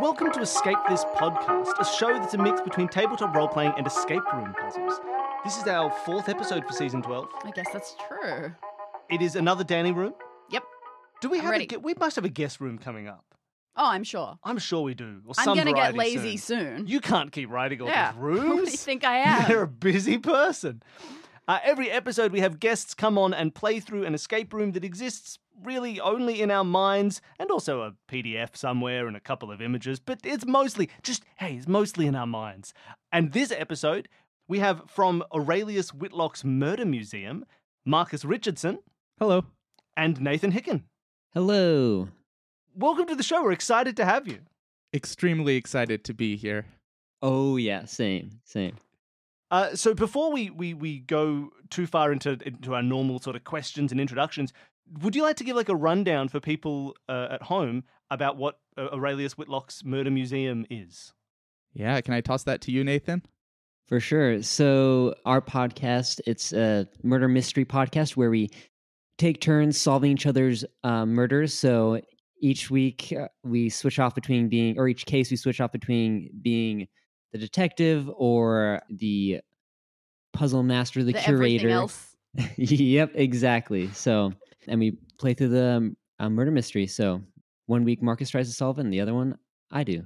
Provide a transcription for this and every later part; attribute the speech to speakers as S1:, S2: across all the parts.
S1: Welcome to Escape This Podcast, a show that's a mix between tabletop role playing and escape room puzzles. This is our fourth episode for season 12.
S2: I guess that's true.
S1: It is another dining room.
S2: Yep.
S1: Do we
S2: I'm
S1: have a
S2: ready.
S1: gu- we must have a guest room coming up.
S2: Oh, I'm sure.
S1: I'm sure we do. Or
S2: I'm
S1: some
S2: going to get
S1: variety
S2: lazy
S1: soon.
S2: soon.
S1: You can't keep writing all
S2: Yeah.
S1: these
S2: What do
S1: rooms.
S2: you think I
S1: You're
S2: am?
S1: a busy person. Uh, every episode, we have guests come on and play through an escape room that exists really only in our minds and also a PDF somewhere and a couple of images, but it's mostly just, hey, it's mostly in our minds. And this episode, we have from Aurelius Whitlock's Murder Museum, Marcus Richardson
S3: Hello.
S1: and Nathan Hicken.
S4: Hello.
S1: Welcome to the show. We're excited to have you.
S3: Extremely excited to be here.
S4: Oh yeah, same, same.
S1: Uh, so before we, we we go too far into into our normal sort of questions and introductions, would you like to give like a rundown for people uh, at home about what uh, Aurelius Whitlock's Murder Museum is?
S3: Yeah, can I toss that to you, Nathan?
S4: For sure. So our podcast, it's a murder mystery podcast where we take turns solving each other's uh, murders. So each week uh, we switch off between being, or each case we switch off between being the detective or the puzzle master, the,
S2: The everything
S4: curator.
S2: else.
S4: yep, exactly. So, and we play through the um, uh, murder mystery. So one week Marcus tries to solve it, and the other one I do.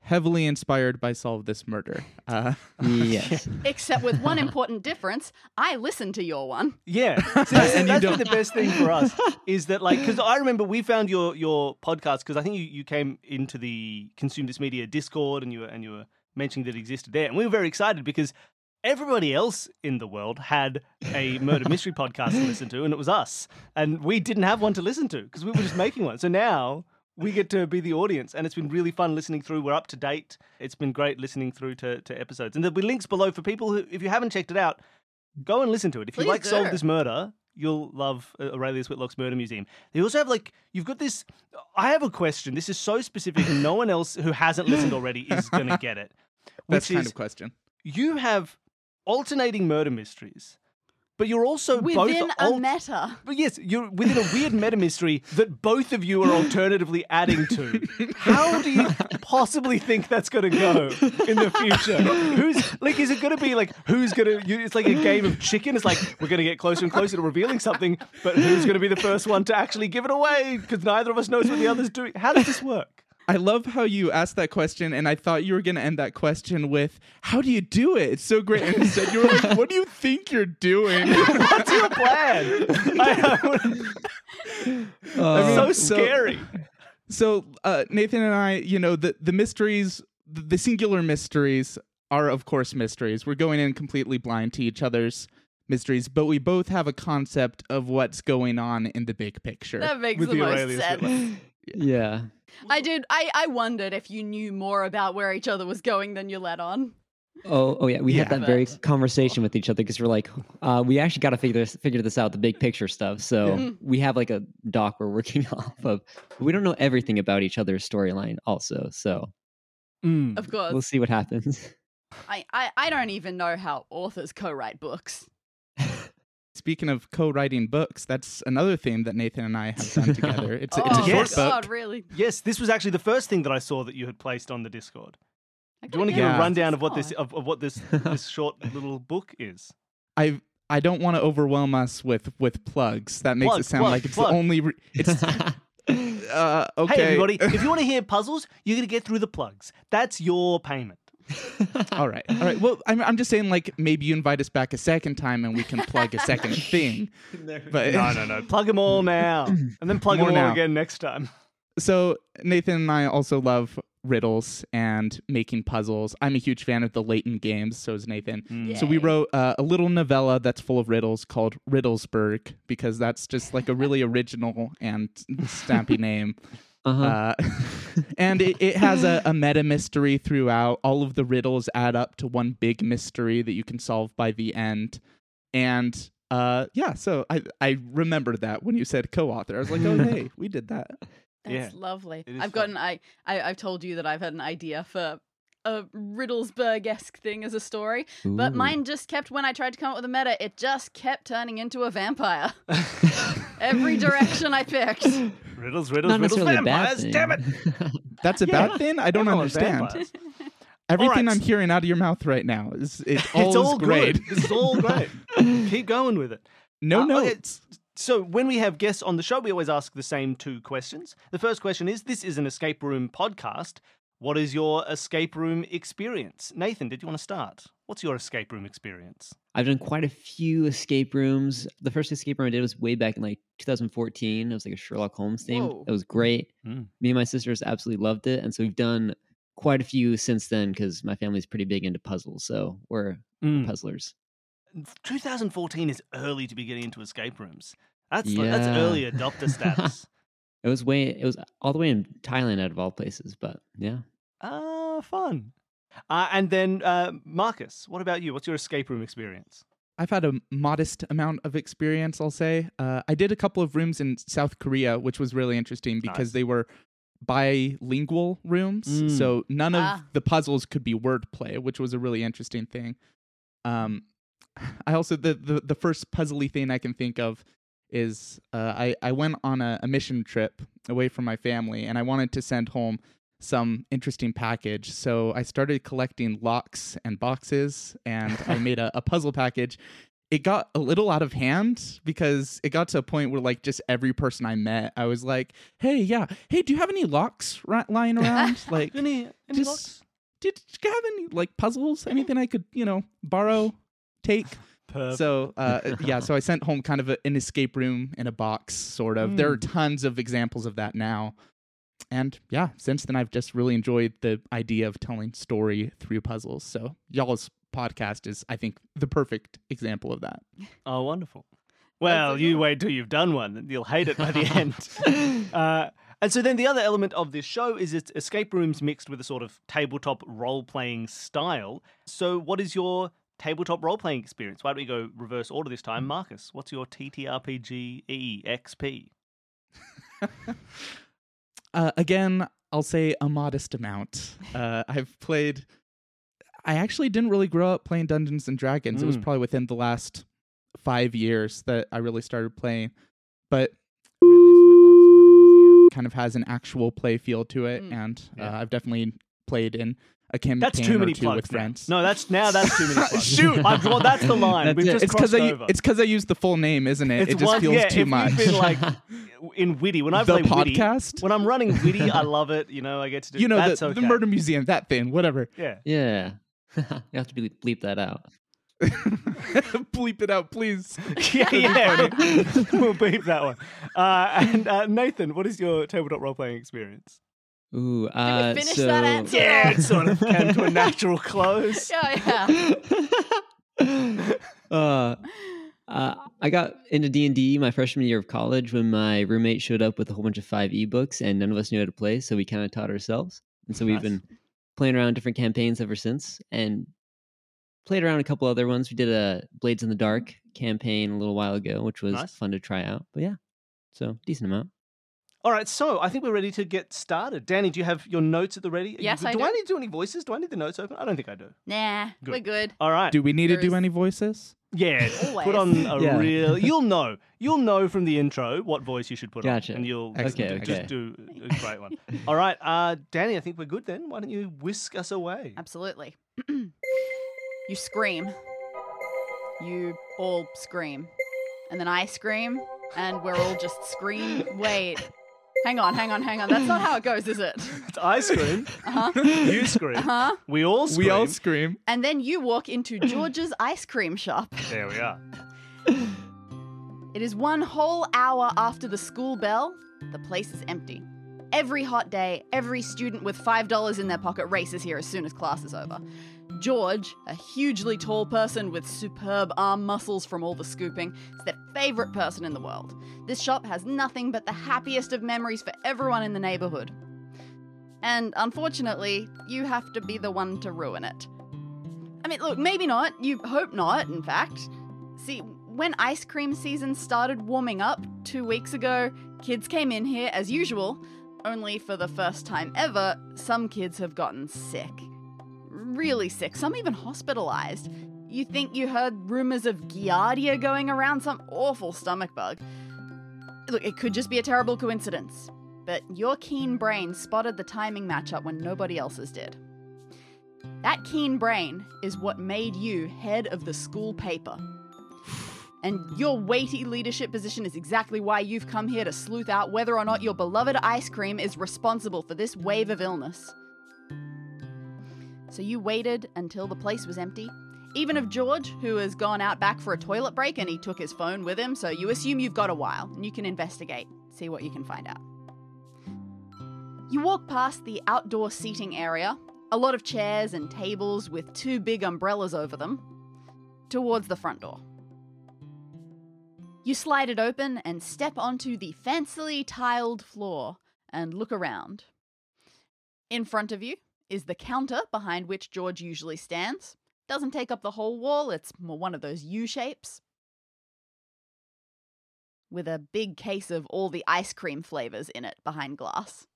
S3: Heavily inspired by Solve This Murder. Uh,
S2: Oh,
S4: Yes.
S2: Except with one important difference, I listen to your one.
S1: Yeah, See, that's,
S3: And you
S1: that's been
S3: don't-
S1: the best thing for us is that like because I remember we found your your podcast because I think you, you came into the Consume This Media Discord and you were and you were mentioning that it existed there and we were very excited because everybody else in the world had a murder mystery podcast to listen to and it was us and we didn't have one to listen to because we were just making one so now we get to be the audience and it's been really fun listening through we're up to date it's been great listening through to, to episodes and there'll be links below for people who if you haven't checked it out go and listen to it if you
S2: Please
S1: like solve
S2: do.
S1: this murder you'll love uh, aurelius whitlock's murder museum they also have like you've got this i have a question this is so specific and no one else who hasn't listened already is going to get it
S3: that's
S1: which
S3: kind
S1: is
S3: of question.
S1: you have alternating murder mysteries but you're also
S2: Within
S1: both
S2: a
S1: al-
S2: meta.
S1: but yes, you're within a weird meta mystery that both of you are alternatively adding to. How do you possibly think that's going to go in the future? Who's like, is it going to be like who's going to? It's like a game of chicken. It's like we're going to get closer and closer to revealing something, but who's going to be the first one to actually give it away? Because neither of us knows what the other's doing. How does this work?
S3: I love how you asked that question, and I thought you were going to end that question with, How do you do it? It's so great. And instead, you were like, What do you think you're doing?
S1: What's your plan? I, I,
S4: Um,
S3: mean,
S1: so
S3: so-
S1: scary.
S3: So uh, Nathan and I, you know, the the mysteries, the the singular mysteries are of course mysteries. We're going in completely blind to each other's mysteries, but we both have a concept of what's going on in the big picture.
S2: That makes
S1: With
S2: the
S1: the
S2: most
S1: Aurelius
S2: sense.
S1: Whitlock.
S4: yeah.
S2: I did. I, I wondered if you knew more about where each other was going than you let on.
S4: Oh, oh yeah. We had
S3: Yeah.
S4: that very conversation with each other because we're like, uh, we actually got to figure this, figure this out, the big picture stuff. So
S2: Mm.
S4: we have like a doc we're working off of. But we don't know everything about each other's storyline, also. So
S1: Mm.
S2: Of course,
S4: we'll see what happens.
S2: I, I I don't even know how authors co-write books.
S3: Speaking of co-writing books, that's another theme that Nathan and I have done together. It's a,
S2: oh
S3: it's a
S2: my
S3: short
S1: Yes.
S3: book.
S2: god, really?
S1: Yes, this was actually the first thing that I saw that you had placed on the Discord.
S2: I
S1: Do you want to
S2: gotta
S1: give
S2: get
S1: a
S3: Yeah.
S2: on
S1: rundown of what this
S2: Discord.
S1: of, of what this this short little book is?
S3: I I don't want to overwhelm us with with plugs. That makes
S1: Plug,
S3: it sound
S1: plug,
S3: like it's
S1: plug.
S3: the only. Re- it's uh, okay.
S1: Hey everybody, if you want to hear puzzles, you're gonna get through the plugs. That's your payment.
S3: All right. All right. Well, I'm, I'm just saying, like, maybe you invite us back a second time and we can plug a second thing. But
S1: No, no, no. Plug them all now, and then plug
S3: More
S1: them all
S3: now.
S1: again next time.
S3: So, Nathan and I also love riddles and making puzzles. I'm a huge fan of the Leighton games, so is Nathan. So, we
S2: Yay.
S3: wrote uh, a little novella that's full of riddles called Riddlesburg because that's just like a really original and snappy name.
S4: uh-huh.
S3: Uh, and it, it has a, a meta mystery throughout. All of the riddles add up to one big mystery that you can solve by the end. And uh, yeah, so I, I remembered that when you said co author. I was like, oh, hey, we did that.
S2: That's
S1: Yeah.
S2: lovely.
S1: It is
S2: I've got an I, I I've told you that I've had an idea for a Riddlesburg esque thing as a story, but
S4: Ooh.
S2: mine just kept when I tried to come up with a meta, it just kept turning into a vampire. Every direction I picked. Oh,
S1: Riddles, riddles, riddles, vampires. Damn it!
S3: That's a
S1: Yeah.
S3: bad thing. I don't
S1: Everyone's
S3: understand.
S1: vampires.
S3: Everything
S1: Alright.
S3: I'm hearing out of your mouth right now is it's all,
S1: It's all
S3: great.
S1: good. It's all great. Keep going with it.
S3: No
S1: Uh, okay.
S3: notes.
S1: So, when we have guests on the show, we always ask the same two questions. The first question is This is an escape room podcast. What is your escape room experience? Nathan, did you want to start? What's your escape room experience?
S4: I've done quite a few escape rooms. The first escape room I did was way back in like 2014. It was like a Sherlock Holmes thing.
S2: Whoa.
S4: That was great.
S1: Mm.
S4: Me and my sisters absolutely loved it, and so we've done quite a few since then because my family's pretty big into puzzles, so we're
S1: Hmm.
S3: Mm.
S4: puzzlers.
S1: 2014 is early to be getting into escape rooms. That's like, that's
S4: Yeah.
S1: early adopter status.
S4: It was way. It was all the way in Thailand, out of all places. But yeah,
S1: Ah, fun. Uh, and then uh, Marcus, what about you? What's your escape room experience?
S3: I've had a modest amount of experience, I'll say. Uh, I did a couple of rooms in South Korea, which was really interesting because
S1: Nice.
S3: they were bilingual rooms.
S1: Mm.
S3: So none of
S2: Ah.
S3: the puzzles could be wordplay, which was a really interesting thing. Um, I also, the, the, the first puzzly thing I can think of is uh, I, I went on a, a mission trip away from my family and I wanted to send home some interesting package. So I started collecting locks and boxes and I made a, a puzzle package. It got a little out of hand because it got to a point where, like, just every person I met, I was like, hey, yeah, hey, do you have any locks ri- lying around? like, did
S1: Any, any
S3: just-
S1: locks?
S3: you have any, like, puzzles? Anything I could, you know, borrow, take?
S1: Perfect.
S3: so uh, yeah so i sent home kind of a, an escape room in a box sort of there are tons of examples of that now and yeah since then i've just really enjoyed the idea of telling story through puzzles so y'all's podcast is i think the perfect example of that
S1: Oh, wonderful. Well,
S2: a
S1: you
S2: good-
S1: wait till you've done one, and you'll hate it by the end. Uh, and so then the other element of this show is it's escape rooms mixed with a sort of tabletop role playing style. So, what is your tabletop role playing experience? Why don't we go reverse order this
S3: Hmm.
S1: time? Marcus, what's your TTRPG EXP?
S3: uh, again i'll say a modest amount uh, i've played i actually didn't really grow up playing dungeons and dragons it was
S1: Mm.
S3: probably within the last five years that i really started playing but kind of has an actual play feel to it,
S2: Mm.
S3: and uh,
S1: Yeah.
S3: I've definitely played in a campaign
S1: That's too
S3: or
S1: many
S3: two
S1: plugs.
S3: with
S1: now.
S3: friends.
S1: No, that's now that's too many plugs.
S3: Shoot!
S1: I've, well, that's the line.
S4: That's
S1: We've
S4: it.
S1: just
S3: it's
S1: crossed
S3: I u-
S1: over.
S3: it's because I used the full name, isn't it?
S1: It's
S3: it just
S1: one-
S3: feels
S1: yeah,
S3: too
S1: if
S3: much.
S1: you've been like in Witty, when I
S3: the
S1: play Witty,
S3: podcast,
S1: when I'm running Witty, I love it. You know, I get to do
S3: you know,
S1: that's
S3: the,
S1: okay.
S3: the murder museum, that thing, whatever.
S1: Yeah.
S4: yeah. you have to bleep, bleep that out.
S3: Bleep it out, please.
S1: yeah, yeah. we'll beep that one. Uh, and uh, Nathan, what is your tabletop role playing experience?
S4: Ooh,
S2: we
S4: uh,
S2: finish
S4: so...
S2: that answer?
S1: Yeah, it sort of came to a natural close.
S2: Yeah, yeah.
S4: uh, uh, I got into D and D my freshman year of college when my roommate showed up with a whole bunch of five ebooks, and none of us knew how to play, so we kind of taught ourselves, and so
S1: Nice.
S4: we've been playing around different campaigns ever since, and played around a couple other ones. We did a Blades in the Dark campaign a little while ago, which was
S1: Nice.
S4: fun to try out. But yeah, so decent amount.
S1: All right, so I think we're ready to get started. Danny, do you have your notes at the ready? Are you
S2: Yes,
S1: good?
S2: I
S1: do. I
S2: do.
S1: need to do any voices? Do I need the notes open? I don't think I do.
S2: Nah,
S1: Good.
S2: we're good.
S1: All right.
S3: Do we need
S2: There
S3: to do
S2: is-
S3: any voices?
S1: yeah, put on
S2: Always.
S1: a
S4: Yeah.
S1: real. You'll know. You'll know from the intro what voice you should put
S4: Gotcha.
S1: on, and you'll
S4: Excellent.
S1: just
S4: Okay,
S1: do a great one. All right, uh, Danny, I think we're good then. Why don't you whisk us away?
S2: Absolutely. you scream. You all scream. And then I scream, and we're all just scream. Wait. Hang on, hang on, hang on. That's not how it goes, is it?
S1: It's I scream.
S2: Uh huh.
S1: You scream.
S2: Uh huh.
S1: We all scream.
S3: We all scream.
S2: And then you walk into George's ice cream shop.
S1: There we are.
S2: It is one whole hour after the school bell. The place is empty. Every hot day, every student with $5 in their pocket races here as soon as class is over. George, a hugely tall person with superb arm muscles from all the scooping, is their favorite person in the world. This shop has nothing but the happiest of memories for everyone in the neighborhood. And unfortunately, you have to be the one to ruin it. I mean, look, maybe not. You hope not, in fact. See, when ice cream season started warming up two weeks ago, kids came in here as usual, only for the first time ever, some kids have gotten sick. Really sick, some even hospitalized. You think you heard rumors of Giardia going around, some awful stomach bug. Look, it could just be a terrible coincidence, but your keen brain spotted the timing matchup when nobody else's did. That keen brain is what made you head of the school paper. And your weighty leadership position is exactly why you've come here to sleuth out whether or not your beloved ice cream is responsible for this wave of illness. So you waited until the place was empty. Even of George, who has gone out back for a toilet break and he took his phone with him, so you assume you've got a while and you can investigate, see what you can find out. You walk past the outdoor seating area, a lot of chairs and tables with two big umbrellas over them, towards the front door. You slide it open and step onto the fancily tiled floor and look around. In front of you is the counter behind which George usually stands. Doesn't take up the whole wall, it's more one of those U shapes. With a big case of all the ice cream flavors in it behind glass.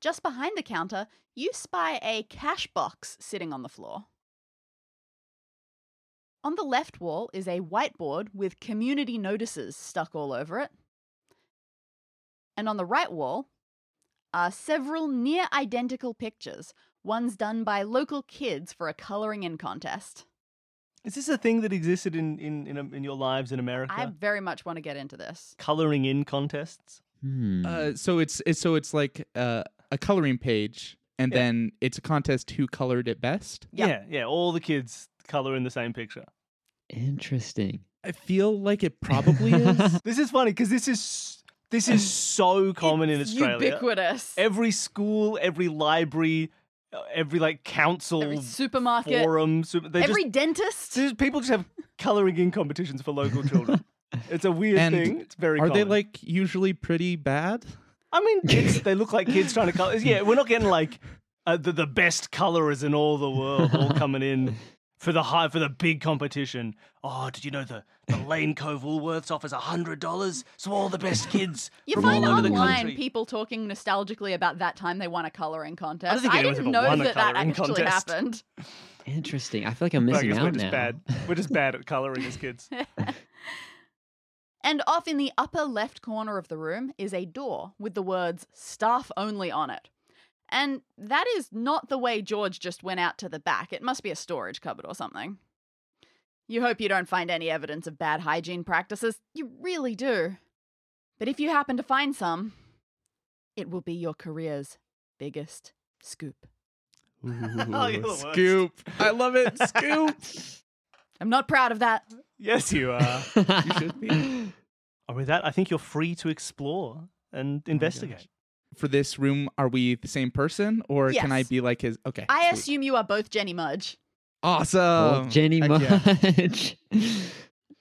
S2: Just behind the counter, you spy a cash box sitting on the floor. On the left wall is a whiteboard with community notices stuck all over it. And on the right wall are several near identical pictures, one's done by local kids for a colouring in contest.
S1: Is this a thing that existed in in in, um, in your lives in America?
S2: I very much want to get into this.
S1: Coloring in contests.
S4: Hmm.
S3: Uh,
S2: Mm.
S3: so it's, it's so it's like uh, a coloring page, and
S1: Yeah.
S3: then it's a contest who colored it best.
S2: Yeah.
S1: Yeah, yeah. All the kids color in the same picture.
S4: Interesting.
S3: I feel like it probably is.
S1: This is funny because this is this is so common in
S2: It's
S1: Australia.
S2: Ubiquitous.
S1: Every school, every library, uh, every like council
S2: Every supermarket.
S1: forum, so they
S2: Every
S1: just
S2: dentist.
S1: there's- people just have coloring in competitions for local children. It's a weird
S3: And
S1: thing. It's very.
S3: Are they
S1: common.
S3: like usually pretty bad?
S1: I mean, it's, they look like kids trying to color. Yeah, we're not getting like uh, the, the best colorers in all the world all coming in for the high for the big competition. Oh, did you know the, the Lane Cove Woolworths offers hundred dollars? So all the best kids
S2: You
S1: from
S2: find
S1: all over the
S2: online
S1: country.
S2: people talking nostalgically about that time they won a colouring contest.
S1: think anyone's
S2: didn't
S1: ever
S2: know
S1: won a
S2: that that
S1: colouring
S2: actually
S1: contest.
S2: happened.
S4: Interesting. I feel like I'm
S1: I
S4: missing
S1: guess we're
S4: out
S1: just
S4: now.
S1: bad. We're just bad at coloring as kids.
S2: And off in the upper left corner of the room is a door with the words staff only on it. And that is not the way George just went out to the back. It must be a storage cupboard or something. You hope you don't find any evidence of bad hygiene practices. You really do. But if you happen to find some, it will be your career's biggest scoop.
S1: you're the worst.
S3: scoop. I love it. Scoop.
S2: I'm not proud of that.
S1: Yes, you are.
S3: Uh, you should be.
S1: And Oh, with that, I think you're free to explore
S4: Oh
S1: and investigate.
S3: For this room, are we the same person or can I
S2: Yes.
S3: be like his? Okay.
S2: I
S3: sweet.
S2: assume you are both Jenny Mudge.
S3: Awesome.
S4: Well, Jenny
S3: Um, Heck yeah.
S4: Mudge.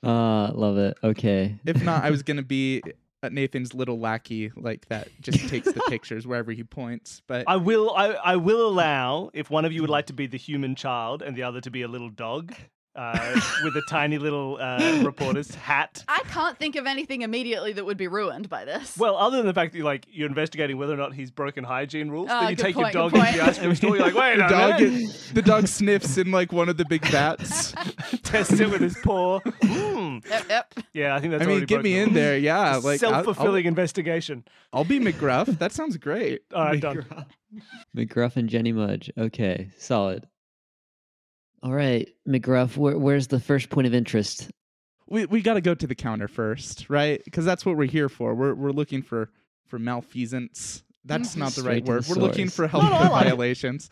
S4: Ah, love it. Okay.
S3: If not, I was going to be uh, Nathan's little lackey, like that just takes the pictures wherever he points. But
S1: I will. I, I will allow if one of you would like to be the human child and the other to be a little dog uh, with a tiny little uh, reporter's hat.
S2: I can't think of anything immediately that would be ruined by this.
S1: Well, other than the fact that you like you're investigating whether or not he's broken hygiene rules,
S2: Oh,
S3: Ah,
S1: then you
S2: good
S1: take
S2: point,
S1: your
S2: good
S1: dog into the
S2: point.
S1: ice cream store. You're like, wait
S3: the
S1: a
S3: dog,
S1: minute,
S3: the dog sniffs in like one of the big bats.
S1: tests it with his paw. Hmm.
S2: yep, yep.
S1: Yeah, I think that's.
S3: I mean,
S1: already
S3: get me
S1: broken
S3: in
S1: the
S3: there. Yeah.
S1: rules.
S3: Like I'll- I'll-
S1: self-fulfilling investigation.
S3: I'll, be McGruff. That sounds great.
S1: All right, done.
S4: McGruff and Jenny Mudge. Okay, solid. All right, McGruff. Where, where's the first point of interest?
S3: We we got to go to the counter first, right? Because that's what we're here for. We're we're looking for for malfeasance. That's not the right
S4: Straight to the
S3: word. We're looking
S4: source.
S3: for
S2: No,
S3: health
S2: no, I like it.
S3: violations.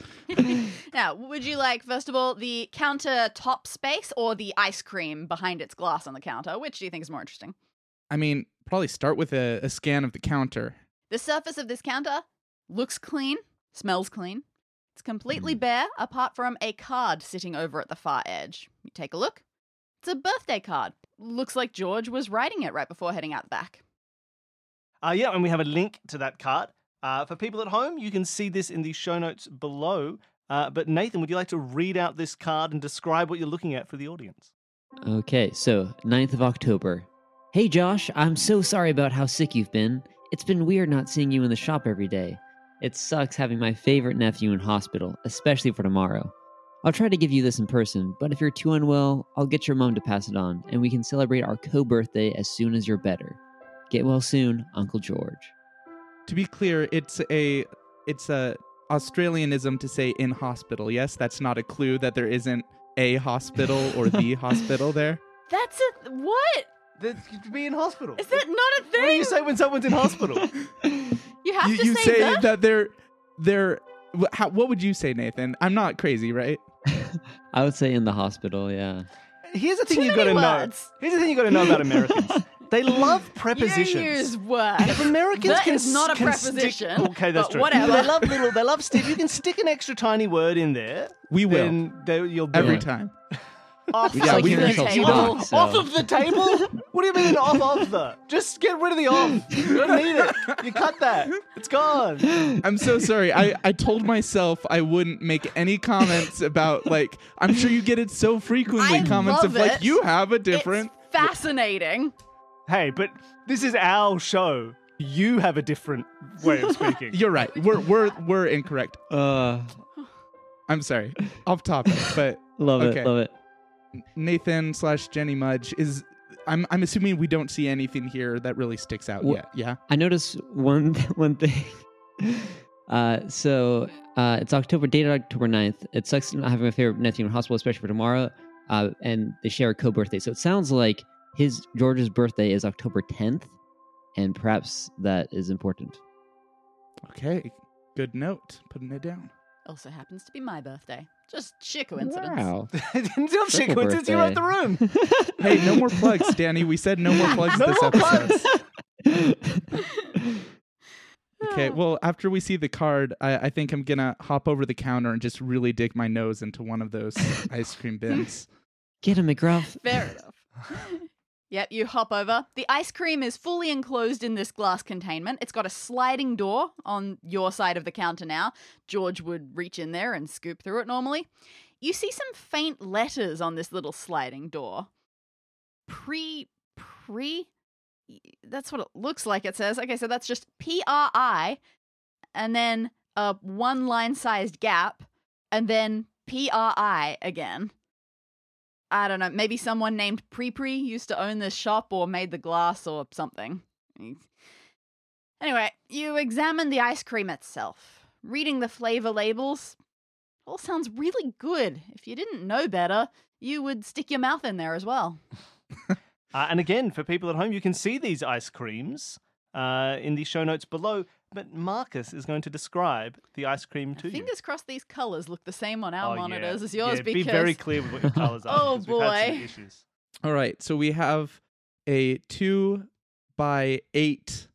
S2: Now, would you like, first of all, the countertop space or the ice cream behind its glass on the counter? Which do you think is more interesting?
S3: I mean, probably start with a, a scan of the counter.
S2: The surface of this counter looks clean, smells clean. It's completely
S1: Hmm.
S2: bare apart from a card sitting over at the far edge. You take a look. It's a birthday card. Looks like George was writing it right before heading out the back.
S1: Uh, yeah, and we have a link to that card. Uh, for people at home, you can see this in the show notes below. Uh, but Nathan, would you like to read out this card and describe what you're looking at for the audience?
S4: Okay, so 9th of October. Hey Josh, I'm so sorry about how sick you've been. It's been weird not seeing you in the shop every day. It sucks having my favorite nephew in hospital, especially for tomorrow. I'll try to give you this in person, but if you're too unwell, I'll get your mom to pass it on, and we can celebrate our co birthday as soon as you're better. Get well soon, Uncle George.
S3: To be clear, it's a it's a Australianism to say in hospital. Yes, that's not a clue that there isn't a hospital or the hospital there.
S2: That's a what?
S1: That could be in hospital.
S2: Is that not a
S1: What do
S2: thing?
S1: you say when someone's in hospital?
S2: You have
S3: you
S2: to
S3: you
S2: say,
S3: say
S2: that.
S3: they're they're wh- how, what would you say, Nathan? I'm not crazy, right?
S4: I would say in the hospital, yeah.
S1: Here's the thing
S2: Too
S1: you
S2: many
S1: gotta
S2: words.
S1: know. Here's the thing you gotta know about Americans. they love
S2: You
S1: prepositions.
S2: use words.
S1: If Americans
S2: That
S1: can
S2: is not a
S1: s- can
S2: preposition,
S1: Stick, Oh, okay, that's
S2: but
S1: true.
S2: whatever.
S1: They love little. They love stick. You can stick an extra tiny word in there.
S3: We will
S1: Then they, you'll be
S3: every
S4: Yeah.
S3: time.
S1: off
S4: Yeah,
S1: of
S4: we
S1: the
S4: can help
S1: table.
S4: you
S1: Off,
S4: out, so.
S1: off of the table? What do you mean off of the? Just get rid of the off. You don't need it. You cut that. It's gone.
S3: I'm so sorry. I, I told myself I wouldn't make any comments about like I'm sure you get it so frequently
S2: I
S3: comments
S2: love
S3: of like
S2: it.
S3: you have a different
S2: It's fascinating.
S1: Hey, but this is our show. You have a different way of speaking.
S3: You're right. We're we're we're incorrect.
S4: Uh,
S3: I'm sorry. Off topic, but
S4: love
S3: Okay.
S4: it, love it.
S3: Nathan slash Jenny Mudge is I'm I'm assuming we don't see anything here that really sticks out
S4: Wh-
S3: yet. Yeah.
S4: I noticed one one thing. Uh, so uh, it's October, dated October 9th. It sucks not having my favorite nephew in hospital, especially for tomorrow. Uh, and they share a co-birthday, so it sounds like his George's birthday is October 10th, and perhaps that is important.
S3: Okay. Good note. Putting it down.
S2: Also happens to be my birthday. Just sheer coincidence.
S4: Wow.
S1: Don't shake
S4: Triple
S1: coincidence. You're out the room.
S3: Hey, no more plugs, Danny. We said no more plugs
S1: No
S3: this
S1: more
S3: episode.
S1: plugs.
S3: Okay, well, after we see the card, I, I think I'm gonna hop over the counter and just really dig my nose into one of those ice cream bins.
S4: Get him, McGruff.
S2: Fair enough. Yep, you hop over. The ice cream is fully enclosed in this glass containment. It's got a sliding door on your side of the counter now. George would reach in there and scoop through it normally. You see some faint letters on this little sliding door. Pre. Pre. That's what it looks like it says. Okay, so that's just P R I and then a one line sized gap and then P R I again. I don't know, maybe someone named Pri Pri used to own this shop or made the glass or something. Anyway, you examine the ice cream itself. Reading the flavor labels all sounds really good. If you didn't know better, you would stick your mouth in there as well.
S1: Uh, and again, for people at home, you can see these ice creams uh, in the show notes below. But Marcus is going to describe the ice cream to you.
S2: Fingers crossed these colors look the same on our
S1: Oh, yeah.
S2: monitors as yours
S1: Yeah,
S2: because
S1: be very clear with what your colors are.
S2: Oh,
S1: because we've had some
S2: boy.
S1: issues.
S3: All right, so we have a two by eight,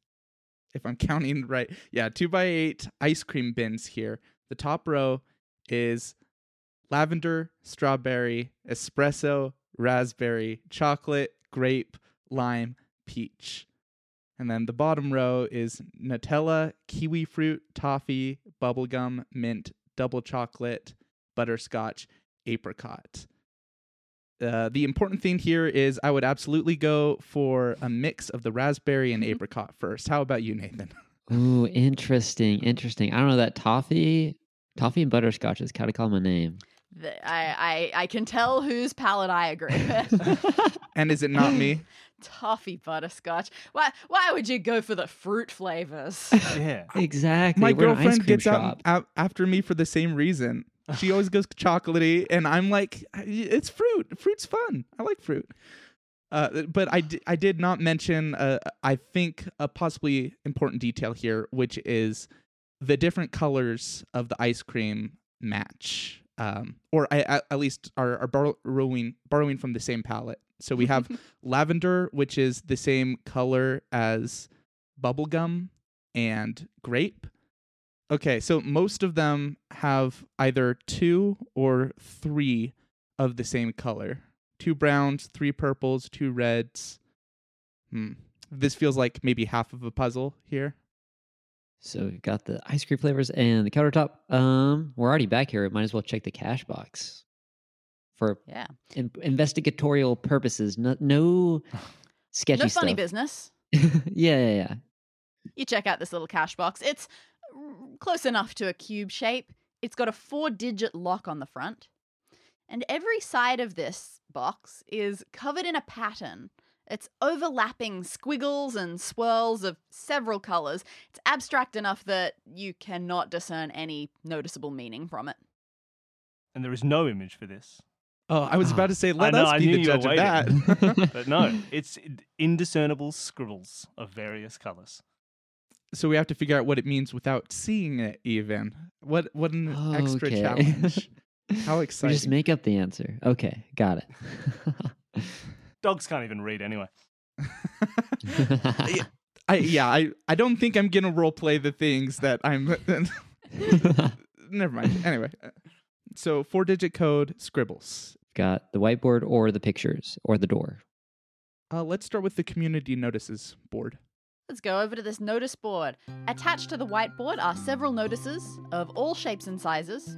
S3: if I'm counting right. Yeah, two by eight ice cream bins here. The top row is lavender, strawberry, espresso, raspberry, chocolate, grape, lime, peach. And then the bottom row is Nutella, kiwi fruit, toffee, bubblegum, mint, double chocolate, butterscotch, apricot. Uh, the important thing here is I would absolutely go for a mix of the raspberry and apricot first. How about you, Nathan?
S4: Ooh, interesting, interesting. I don't know that toffee, toffee and butterscotch is kind of called my name.
S2: th- I, I, I can tell whose palette I agree with.
S3: And is it not me?
S2: Toffee butterscotch. Why why would you go for the fruit flavors?
S1: Yeah.
S4: Exactly.
S3: My
S4: we're an ice
S3: girlfriend
S4: cream
S3: gets
S4: shop.
S3: out, out after me for the same reason. She always goes chocolatey, and I'm like, it's fruit. Fruit's fun. I like fruit. Uh, but I, di- I did not mention, uh, I think, a possibly important detail here, which is the different colors of the ice cream match, um, or I, at, at least are, are borrowing, borrowing from the same palette. So
S4: Mm-hmm.
S3: we have lavender, which is the same color as bubblegum and grape. Okay, so most of them have either two or three of the same color two browns, three purples, two reds. Hmm. This feels like maybe half of a puzzle here.
S4: So we've got the ice cream flavors and the countertop. Um, we're already back here. Might as well check the cash box for
S2: Yeah.
S4: in- investigatorial purposes. No, no sketchy
S2: no funny
S4: stuff.
S2: business.
S4: yeah, yeah, yeah.
S2: You check out this little cash box. It's r- close enough to a cube shape. It's got a four digit lock on the front. And every side of this box is covered in a pattern. It's overlapping squiggles and swirls of several colors. It's abstract enough that you cannot discern any noticeable meaning from it.
S1: And there is no image for this.
S3: Oh, I was about to say, let
S1: I know, I
S3: us be
S1: knew
S3: the
S1: you were
S3: judge of that.
S1: waiting. but no, it's indiscernible scribbles of various colors.
S3: so we have to figure out what it means without seeing it even what what an extra
S4: Okay.
S3: challenge how
S4: We
S3: exciting
S4: just make up the answer. Okay, got it.
S1: Dogs can't even read anyway.
S3: I, yeah I, I don't think i'm gonna role play the things that i'm never mind anyway uh, so four digit code scribbles
S4: got the whiteboard or the pictures or the door.
S3: uh, let's start with the community notices board
S2: Let's go over to this notice board. Attached to the whiteboard are several notices of all shapes and sizes,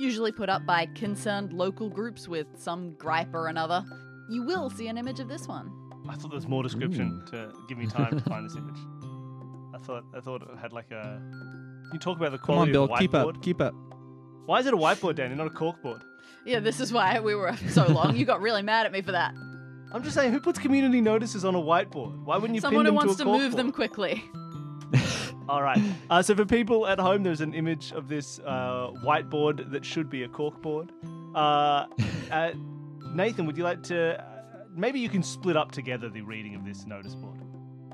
S2: usually put up by concerned local groups with some gripe or another. You will see an image of this one.
S1: I thought there was more description to give me time to find this image. I thought I thought it had like a. You talk about the
S3: come
S1: quality
S3: on bill
S1: of the whiteboard.
S3: keep up keep up
S1: Why is it a whiteboard, Danny, not a corkboard?
S2: Yeah, this is why we were up so long. You got really mad at me for that.
S1: I'm just saying, who puts community notices on a whiteboard? Why wouldn't you
S2: Someone
S1: pin
S2: who
S1: them
S2: wants
S1: to,
S2: to,
S1: a
S2: move
S1: corkboard?
S2: them quickly.
S1: All right. Uh, so for people at home, there's an image of this uh, whiteboard that should be a corkboard. Uh, uh, Nathan, would you like to? Uh, maybe you can split up together the reading of this notice board.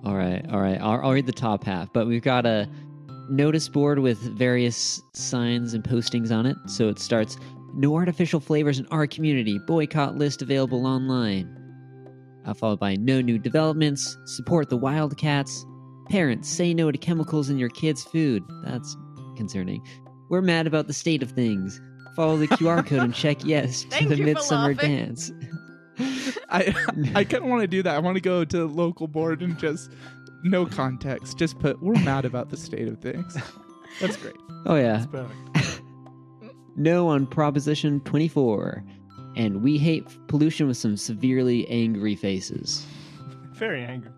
S4: All right, all right. I'll, I'll read the top half, but we've got a notice board with various signs and postings on it. So it starts no artificial flavors in our community, boycott list available online. Uh, followed by no new developments, support the Wildcats, parents say no to chemicals in your kids' food. That's concerning. We're mad about the state of things. Follow the QR code and check yes to
S2: Thank
S4: the
S2: you for
S4: Midsummer
S2: laughing.
S4: Dance.
S3: i i kind of want to do that i want to go to local board and just no context just put we're mad about the state of things that's great
S4: Oh, yeah.
S1: Perfect.
S4: no on Proposition 24. And we hate pollution with some severely angry faces.
S1: Very angry.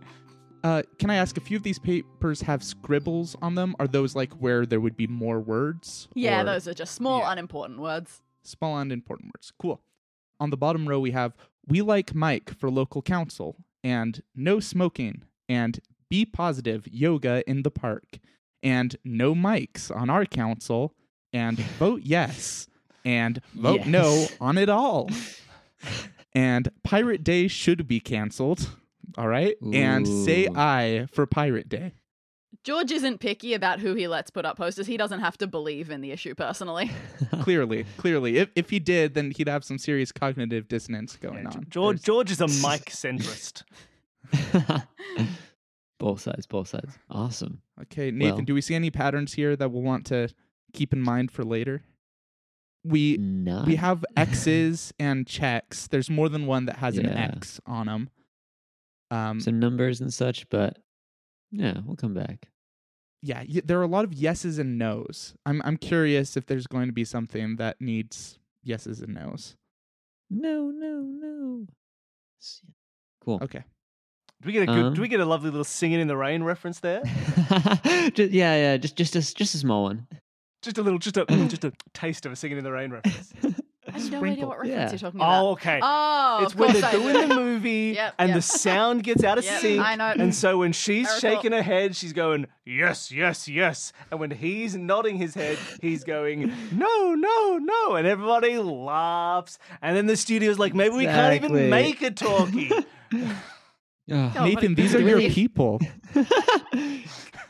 S3: Uh, can I ask? A few of these papers have scribbles on them. Are those like where there would be more words?
S2: Yeah,
S3: Or
S2: those are just small,
S3: yeah.
S2: unimportant words.
S3: small and important words. Cool. On the bottom row, we have "We like Mike for local council" and "No smoking" and "Be positive yoga in the park" and "No mics on our council" and "Vote yes" and "Vote no"
S4: Yes.
S3: on it all and "Pirate Day should be canceled." All right, and say
S4: Ooh.
S3: "I" for Pirate Day.
S2: George isn't picky about who he lets put up posters. He doesn't have to believe in the issue personally.
S3: clearly, clearly. If if he did, then he'd have some serious cognitive dissonance going
S1: Yeah,
S3: on.
S1: George, George is a mic centrist.
S4: both sides, both sides. Awesome.
S3: Okay, Nathan,
S4: Well.
S3: do we see any patterns here that we'll want to keep in mind for later? We
S4: Not
S3: we have X's and checks. There's more than one that has an
S4: Yeah.
S3: X on them. Um,
S4: some numbers and such, but yeah, we'll come back.
S3: yeah, y- there are a lot of yeses and nos. I'm I'm curious if there's going to be something that needs yeses and nos.
S4: No, no, no. S- Cool.
S3: Okay,
S1: Do we get a
S3: Uh-huh.
S1: good,
S4: Um.
S1: do we get a lovely little singing in the rain reference there?
S4: Ju- yeah, yeah, just just a, s- just a small one.
S1: Just a little, just a just a taste of a singing in the rain reference.
S2: I have no idea
S3: Sprinkle.
S2: what reference
S4: Yeah.
S2: you're talking about.
S1: oh, okay.
S2: Oh,
S1: it's
S2: of
S1: when
S2: course
S1: they're
S2: I do.
S1: doing the movie
S2: Yep,
S1: and the
S2: yep.
S1: sound gets out of
S2: Yep,
S1: sync.
S2: I know.
S1: And so when she's
S2: I recall.
S1: shaking her head, she's going, yes, yes, yes. And when he's nodding his head, he's going, no, no, no. And everybody laughs. And then the studio's like, maybe we can't even
S4: Exactly.
S1: make a talkie.
S4: Ugh.
S2: Oh,
S3: Nathan,
S2: but-
S3: these are your
S2: Really?
S3: people.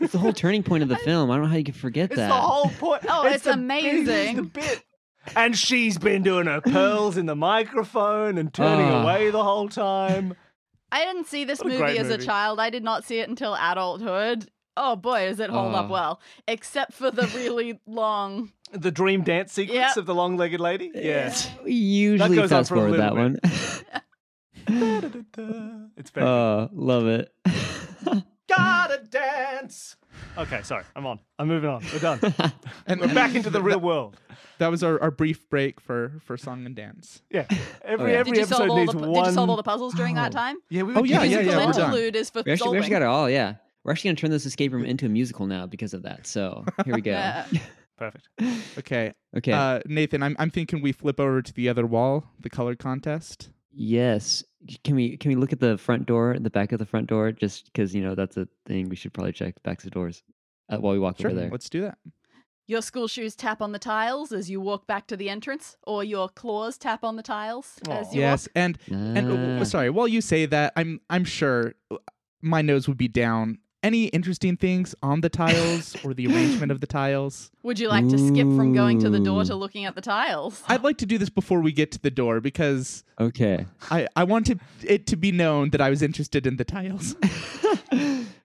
S4: it's the whole turning point of the film. I don't know how you could forget
S1: it's
S4: that.
S1: the whole point.
S2: Oh,
S1: the bit-
S2: it's
S1: it's
S2: amazing.
S1: the bit. And she's been doing her pearls in the microphone and turning
S4: Ah.
S1: away the whole time.
S2: I didn't see this
S1: What a
S2: movie
S1: great
S2: as
S1: movie.
S2: a child. I did not see it until adulthood. Oh boy, does it hold up
S4: Oh.
S2: well, except for the really long.
S1: The dream dance sequence
S2: Yep.
S1: of the long-legged lady. Yeah.
S4: We usually
S1: goes on
S4: fast
S1: for a
S4: forward that
S1: little
S4: one.
S1: it's very
S4: oh, love it.
S1: Gotta dance. Okay, sorry. I'm on. I'm moving on. We're done.
S3: And
S1: We're back into the real world.
S3: That was our, our brief break for for song and dance.
S1: Oh, Yeah. Every
S4: yeah.
S1: every
S2: did you
S1: episode
S2: solve all
S1: needs
S2: the? pu-
S1: one.
S2: Did you solve all the puzzles during that
S4: Oh.
S2: time?
S1: Yeah. We
S3: Oh,
S1: were
S3: yeah,
S1: doing
S3: yeah,
S1: the
S3: yeah, we're
S1: whole
S2: Musical
S3: done.
S1: time.
S2: interlude is for
S4: we actually, we
S2: solving.
S4: actually got it all. Yeah, we're actually gonna turn this escape room into a musical now because of that. So here we go.
S2: Yeah.
S1: Perfect.
S3: Okay.
S4: Okay.
S3: Uh, Nathan, I'm I'm thinking we flip over to the other wall, the color contest.
S4: yes. Can we can we look at the front door, the back of the front door, just because you know that's a thing we should probably check backs of doors uh, while we walk
S3: Sure.
S4: over there.
S3: Let's do that.
S2: Your school shoes tap on the tiles as you walk back to the entrance, or your claws tap on the tiles as
S1: Aw.
S2: you
S3: Yes. And And uh,
S4: Ah.
S3: w- sorry, while you say that, I'm I'm sure uh, my nose would be down. Any interesting things on the tiles or the arrangement of the tiles?
S2: walk. Would you like to skip from going to the door to
S4: Ooh.
S2: looking at the tiles?
S3: I'd like to do this before we get to the door because
S4: Ah, Okay.
S3: I I want to, it to be known that I was interested in the tiles.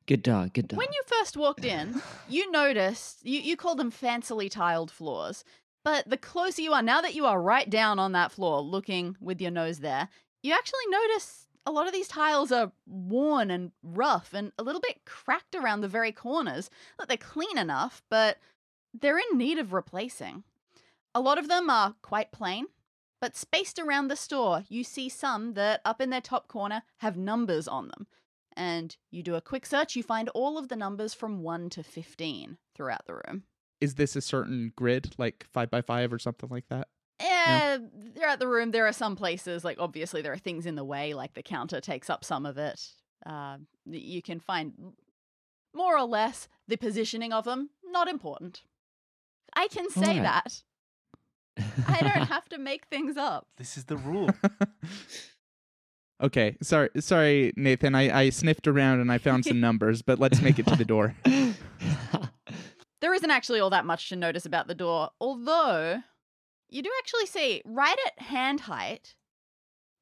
S4: good dog. Good dog.
S2: When you first walked in, you noticed you, you call them fancily tiled floors. But the closer you are, now that you are right down on that floor looking with your nose there, you actually notice a lot of these tiles are worn and rough and a little bit cracked around the very corners. Look, they're clean enough, but they're in need of replacing. A lot of them are quite plain, but spaced around the store, you see some that up in their top corner have numbers on them and you do a quick search, you find all of the numbers from 1 to 15 throughout the room.
S3: Is this a certain grid, like five by five or something like that?
S2: Yeah, throughout the room, there are some places, like obviously there are things in the way, like the counter takes up some of it. Uh, you can find more or less the positioning of them, not important. I can say
S4: Alright.
S2: that. I don't have to make things up.
S1: This is the rule.
S3: okay, sorry, sorry, Nathan. I, I sniffed around and I found some numbers, but let's make it to the door.
S2: There isn't actually all that much to notice about the door, although you do actually see right at hand height,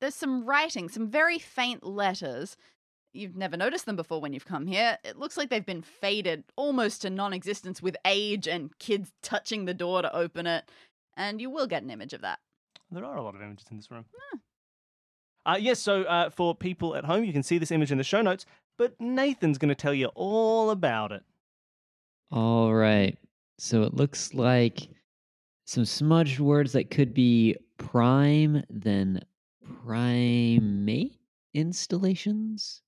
S2: there's some writing, some very faint letters. You've never noticed them before when you've come here. It looks like they've been faded almost to non existence with age and kids touching the door to open it. And you will get an image of that.
S1: There are a lot of images in this room. Uh, yes, so uh, for people at home, you can see this image in the show notes, but Nathan's going to tell you all about it.
S4: All right. So it looks like some smudged words that could be prime, then primate installations.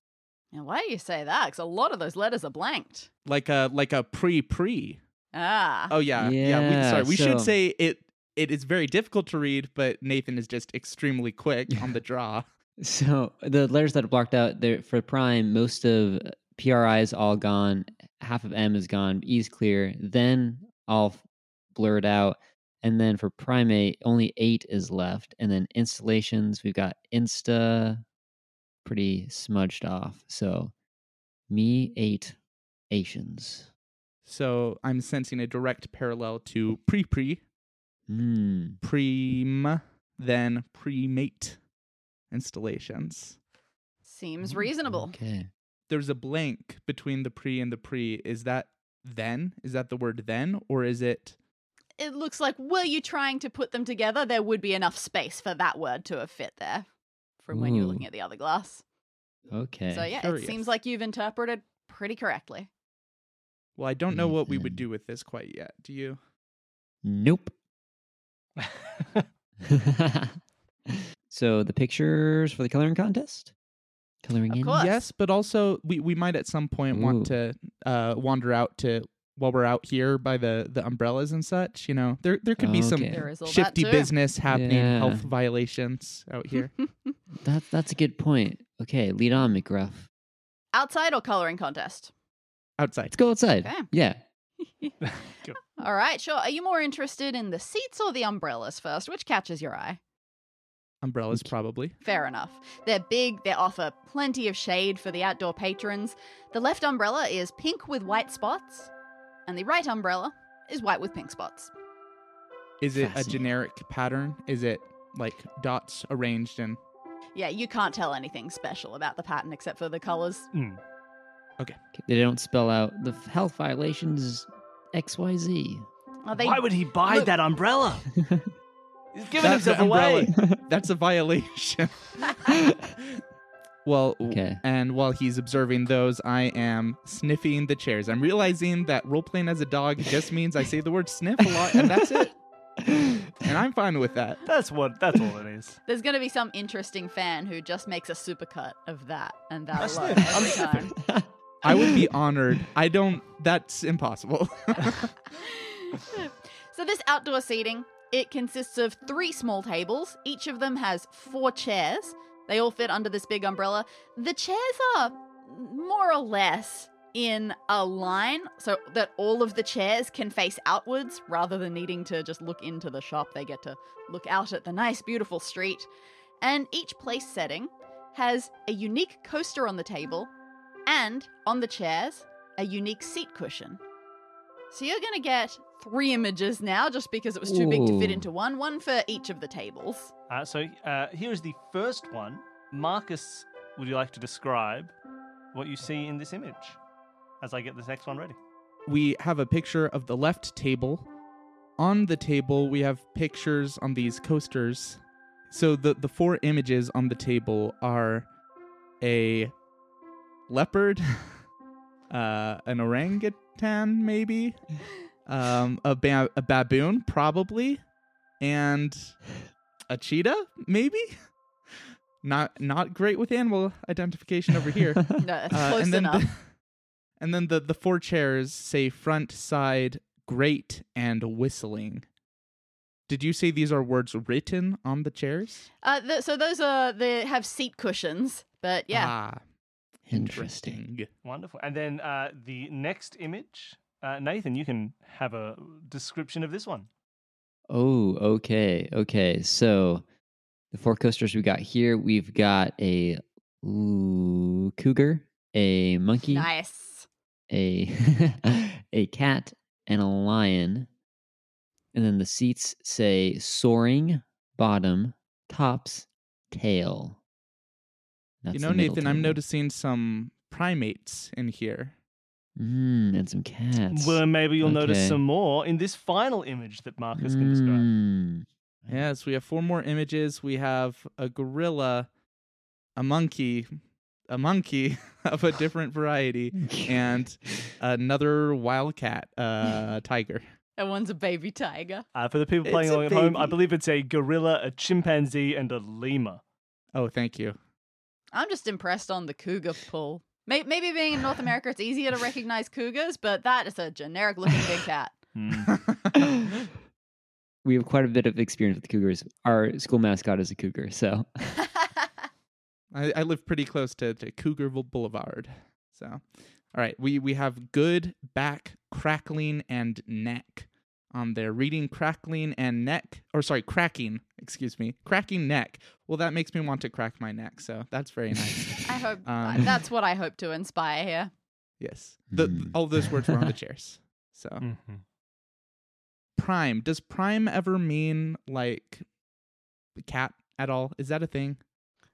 S2: Now, why do you say that? Because a lot of those letters are blanked.
S3: Like a like a pre pre.
S2: Ah.
S3: Oh yeah, yeah. we,
S4: Yeah,
S3: sorry, we should
S4: so-
S3: say it. It is very difficult to read, but Nathan is just extremely quick on the draw.
S4: So the letters that are blocked out there for prime, most of PRI is all gone, half of M is gone, E's clear, then all f- blurred out. And then for primate, only eight is left. And then installations, we've got Insta pretty smudged off. So me eight Asians.
S3: So I'm sensing a direct parallel to pre pre
S4: Hmm.
S3: prem then premate installations.
S2: Seems
S4: Mm,
S2: reasonable.
S4: Okay.
S3: There's a blank between the pre and the pre. Is that then? Is that the word then, or is it?
S2: it looks like were you trying to put them together there would be enough space for that word to have fit there from when you were looking
S4: Ooh.
S2: at the other glass
S4: Okay.
S2: so yeah it
S3: Hmm. curious.
S2: seems like you've interpreted pretty correctly
S3: Well, I don't know what we would
S4: Nathan.
S3: do with this quite yet. Do you?
S4: Nope. so the pictures for the coloring contest? Coloring
S2: Of
S4: in?
S2: course.
S3: Yes, but also we, we might at some point
S4: Ooh.
S3: want to uh, wander out to while we're out here by the, the umbrellas and such. You know, there there could be
S4: Okay.
S2: there is all
S3: some shifty
S2: that too
S3: business happening,
S4: Yeah. Hmm.
S3: health violations out here.
S4: That that's a good point. Okay, lead on, McGruff.
S2: outside or coloring contest
S3: Outside,
S4: Let's go outside.
S2: Okay.
S4: Yeah.
S2: all right sure are you more interested in the seats or the umbrellas first which catches your eye
S3: umbrellas probably.
S2: Fair enough. They're big, they offer plenty of shade for the outdoor patrons. The left umbrella is pink with white spots, and the right umbrella is white with pink spots.
S3: Is it a
S4: Fascinating.
S3: generic pattern? Is it like dots arranged in?
S2: Yeah, you can't tell anything special about the pattern except for the colors.
S1: Mm.
S4: Okay, They don't spell out the f- health violations XYZ.
S2: Are they
S1: Why would he buy
S2: Look-
S1: that umbrella? He's giving
S3: That's
S1: himself
S3: the
S1: away.
S3: umbrella. That's a violation. Well, w-
S4: Okay.
S3: and while he's observing those, I am sniffing the chairs. I'm realizing that role playing as a dog just means I say the word sniff a lot, and that's it. And I'm fine with that.
S1: That's what. That's all it is.
S2: There's going to be some interesting fan who just makes a supercut of that and that
S1: That's
S2: alone
S1: it. I'm
S2: every time.
S3: I would be honored. I don't. That's impossible.
S2: So this outdoor seating, it consists of three small tables. Each of them has four chairs. They all fit under this big umbrella. The chairs are more or less in a line so that all of the chairs can face outwards rather than needing to just look into the shop. They get to look out at the nice, beautiful street. And each place setting has a unique coaster on the table and on the chairs, a unique seat cushion. So you're going to get three images now just because it was too big to fit
S4: Ooh.
S2: into one, one for each of the tables.
S1: Uh, so uh, here is the first one. Marcus, would you like to describe what you see in this image as I get this next one ready?
S3: we have a picture of the left table. On the table, we have pictures on these coasters. So the, the four images on the table are a leopard, uh, an orangutan, maybe, um, a, ba- a baboon, probably, and a cheetah, maybe. Not not great with animal identification over here.
S2: No, that's
S3: Uh,
S2: close
S3: and then
S2: enough.
S3: The, and then the, the four chairs say front, side, great, and whistling. Did you say these are words written on the chairs?
S2: Uh, th- so those are they have seat cushions, but yeah,
S3: Ah,
S4: Interesting.
S1: Wonderful. And then uh, the next image, uh, Nathan, you can have a description of this one.
S4: Oh, okay. Okay. So the four coasters we got here, we've got a ooh, cougar, a monkey,
S2: nice.
S4: a a cat, and a lion. And then the seats say soaring, bottom, tops, tail. That's
S3: You know,
S4: the middle
S3: Nathan, I'm
S4: table.
S3: noticing some primates in here.
S4: Mm, and some cats.
S1: well, maybe you'll notice
S4: okay.
S1: some more in this final image that Marcus can describe.
S4: Mm.
S3: Yes, we have four more images. We have a gorilla, a monkey, a monkey of a different variety, and another wildcat, uh, tiger.
S2: That one's a baby tiger.
S1: Uh, for the people
S3: It's
S1: playing
S3: a
S1: along at home, I
S3: baby.
S1: believe it's a gorilla, a chimpanzee, and a lemur.
S3: Oh, thank you.
S2: I'm just impressed on the cougar pull. May- Maybe being in North America, it's easier to recognize cougars, but that is a generic looking big cat.
S1: Hmm.
S4: we have quite a bit of experience with cougars. Our school mascot is a cougar, so
S3: I, I live pretty close to, to Cougarville Boulevard. So, all right, we, we have good back, crackling, and neck on there. Reading crackling and neck, or sorry, cracking, excuse me, cracking neck. Well, that makes me want to crack my neck. So that's very nice.
S2: I hope
S3: Um.
S2: that's what I hope to inspire here.
S3: yes. The,
S4: Mm.
S3: All those words were on the chairs. So,
S1: Mhm.
S3: prime. Does prime ever mean like cat at all? Is that a thing?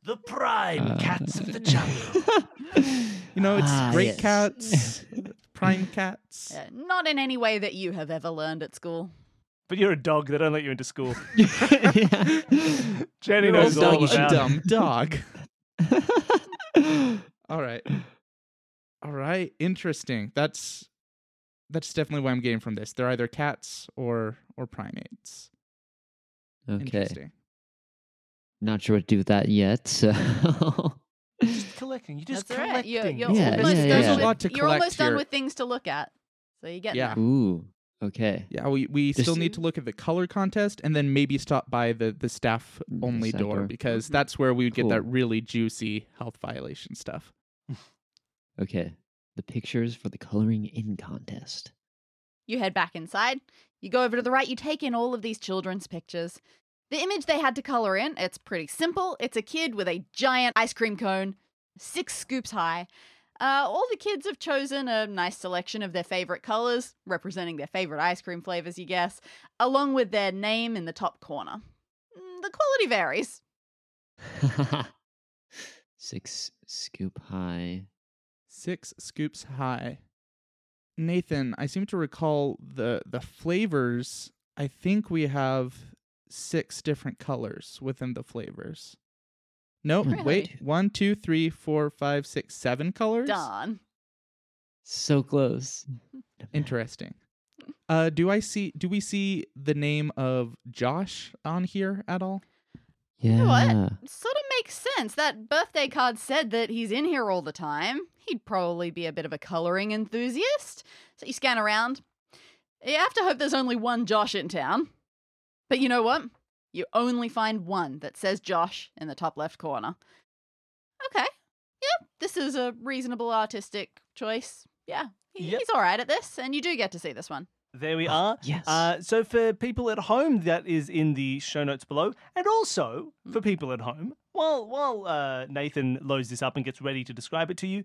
S1: The prime
S4: Uh,
S1: cats of the jungle.
S3: You know, it's
S4: Ah,
S3: great
S4: yes.
S3: cats, prime cats.
S1: Uh,
S2: Yeah, not in any way that you have ever learned at school.
S1: but you're a dog; they don't let you into school.
S4: Yeah.
S1: Jenny
S4: You're a
S1: knows
S4: dog,
S1: all
S4: you should
S1: about it.
S4: dump.
S3: Oh, dumb dog. All right. All right. Interesting. That's that's definitely what I'm getting from this. They're either cats or or primates.
S4: okay.
S3: Interesting.
S4: Not sure what to do with that yet. So
S1: Just collecting. You just
S2: that's all right.
S1: collecting.
S2: You're, you're
S4: Yeah,
S2: almost
S4: yeah,
S2: done
S4: yeah.
S2: with,
S3: There's a lot to
S2: you're almost
S3: collect
S2: done
S3: here.
S2: with things to look at, so you get
S3: Yeah.
S2: that.
S4: Ooh. Okay.
S3: Yeah, we, we
S4: There's-
S3: still need to look at the color contest and then maybe stop by the, the staff
S4: Mm, the
S3: only
S4: staff
S3: door
S4: door.
S3: because
S2: Mhm.
S3: that's where we would get that
S4: Cool.
S3: really juicy health violation stuff.
S4: Okay. The pictures for the coloring in contest.
S2: You head back inside. You go over to the right. You take in all of these children's pictures. The image they had to color in, it's pretty simple. It's a kid with a giant ice cream cone, six scoops high. Uh, all the kids have chosen a nice selection of their favorite colors, representing their favorite ice cream flavors, you guess, along with their name in the top corner. Mm, The quality varies.
S4: Six scoop high.
S3: Six scoops high. Nathan, I seem to recall the the flavors. I think we have six different colors within the flavors. No,
S4: Really?
S3: wait. One, two, three, four, five, six, seven colors.
S2: Darn.
S4: So close.
S3: Interesting. Uh, do I see? Do we see the name of Josh on here at all?
S4: Yeah.
S2: know what? Sort of makes sense. That birthday card said that he's in here all the time. He'd probably be a bit of a coloring enthusiast. So you scan around. You have to hope there's only one Josh in town. But you know what? You only find one that says Josh in the top left corner. Okay. Yep. This is a reasonable artistic choice. Yeah. he-
S1: Yep.
S2: He's all right at this, and you do get to see this one.
S1: There we are.
S4: Yes.
S1: Uh, so for people at home, that is in the show notes below, and also
S2: Mm.
S1: for people at home, while while uh, Nathan loads this up and gets ready to describe it to you,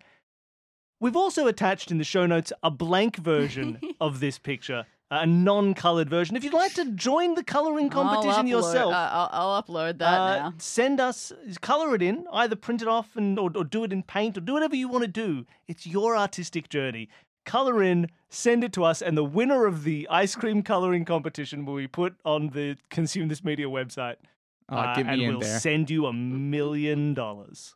S1: we've also attached in the show notes a blank version of this picture, a non-colored version. If you'd like to join the coloring competition
S2: I'll upload,
S1: yourself.
S2: I- I'll, I'll upload that
S1: uh,
S2: now.
S1: Send us, color it in, either print it off and or, or do it in paint or do whatever you want to do. It's your artistic journey. Color in, send it to us, and the winner of the ice cream coloring competition will be put on the Consume This Media website.
S3: Oh,
S1: uh,
S3: get
S1: and
S3: me in
S1: we'll
S3: there.
S1: send you a million dollars.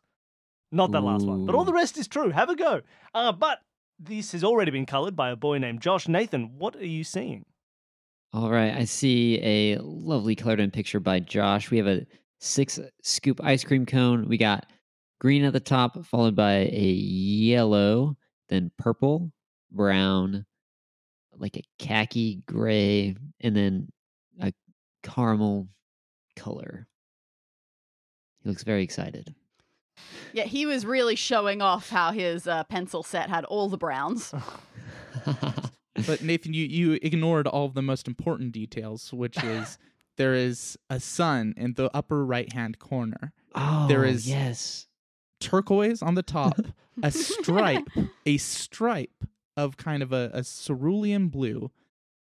S1: Not that last one, but all
S4: Ooh.
S1: the rest is true. Have a go. Uh, but this has already been colored by a boy named Josh. Nathan, what are you seeing?
S4: All right, I see a lovely colored in picture by Josh. We have a six scoop ice cream cone. We got green at the top, followed by a yellow, then purple, brown, like a khaki gray, and then a caramel color. He looks very excited.
S2: Yeah, he was really showing off how his uh, pencil set had all the browns.
S3: But Nathan, you you ignored all of the most important details, which is there is a sun in the upper right hand corner,
S4: oh,
S3: is-
S4: yes.
S3: turquoise on the top, a stripe, a stripe of kind of a, a cerulean blue,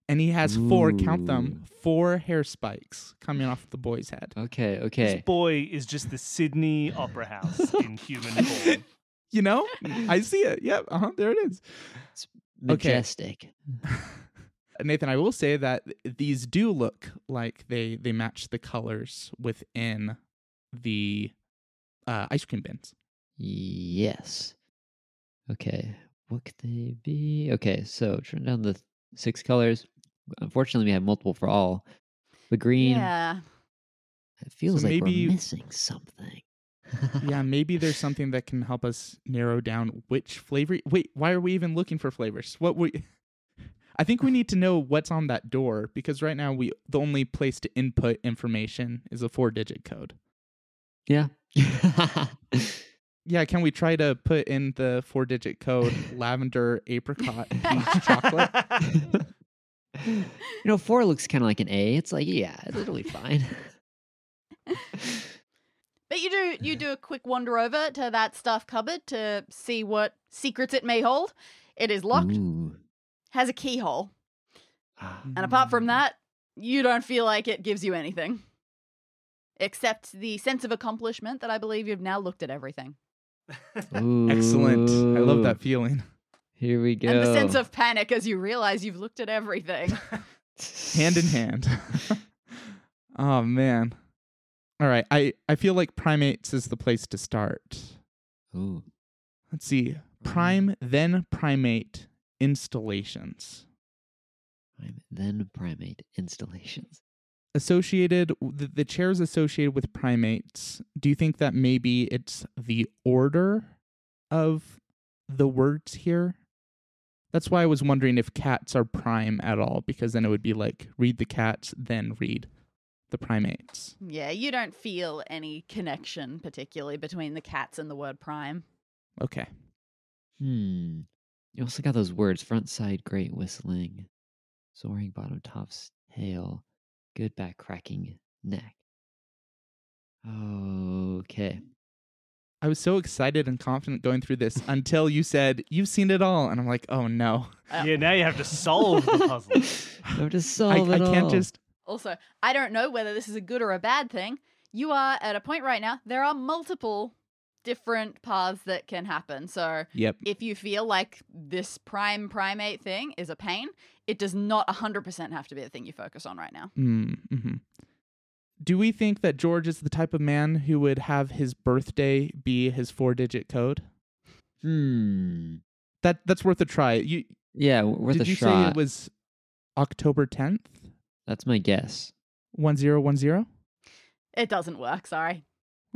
S3: and he has four count them four hair spikes coming off the boy's head.
S4: Okay,
S1: This
S4: okay.
S1: boy is just the Sydney Opera House in human form.
S3: You know, I see it. Yep, uh-huh, there it is. okay.
S4: Majestic.
S3: Nathan, I will say that these do look like they they match the colors within the uh, ice cream bins.
S4: Yes. Okay. What could they be? Okay, so turn down the six colors. Unfortunately, we have multiple for all. The green
S2: Yeah.
S4: it feels
S3: So
S4: like
S3: maybe-
S4: we're missing something. Uh-huh.
S3: yeah, maybe there's something that can help us narrow down which flavor. Wait, why are we even looking for flavors? What we I think we need to know what's on that door because right now we the only place to input information is a four-digit code.
S4: Yeah.
S3: Yeah, can we try to put in the four-digit code lavender apricot peach chocolate?
S4: you know, four looks kind of like an A. It's like, yeah, it's totally fine.
S2: But you do you do a quick wander over to that staff cupboard to see what secrets it may hold. It is locked,
S4: Ooh.
S2: has a keyhole,
S4: Ah.
S3: Mm.
S2: and apart from that, you don't feel like it gives you anything. Except the sense of accomplishment that I believe you've now looked at everything.
S3: Excellent. I love
S4: Ooh.
S3: that feeling.
S4: Here we go.
S2: And the sense of panic as you realize you've looked at everything.
S3: hand in hand. oh man. All right. I I feel like primates is the place to start.
S4: Ooh.
S3: Let's see.
S4: Mm-hmm.
S3: Prime then primate installations
S4: Prime- Then primate installations.
S3: associated the, the chairs associated with primates. Do you think that maybe it's the order of the words here? That's why I was wondering if cats are prime at all because then it would be like read the cats then read the primates.
S2: yeah, you don't feel any connection particularly between the cats and the word prime.
S3: Okay.
S4: Hmm. You also got those words front side great whistling, soaring bottom tops tail, good back cracking neck. Okay.
S3: I was so excited and confident going through this until you said you've seen it all, and I'm like, oh no,
S1: yeah, now you have to solve the puzzle.
S4: I'm just
S3: I,
S4: solve
S3: I
S4: it
S3: can't
S4: all.
S3: just.
S2: Also, I don't know whether this is a good or a bad thing. You are at a point right now, there are multiple different paths that can happen. So
S3: Yep.
S2: if you feel like this prime primate thing is a pain, it does not 100% have to be the thing you focus on right now.
S3: Mm-hmm. Do we think that George is the type of man who would have his birthday be his four-digit code?
S4: Hmm.
S3: That that's worth a try. You
S4: Yeah, w- worth
S3: did
S4: a
S3: you say
S4: shot.
S3: it was October 10th,
S4: That's my guess.
S3: one zero one zero?
S2: It doesn't work, sorry.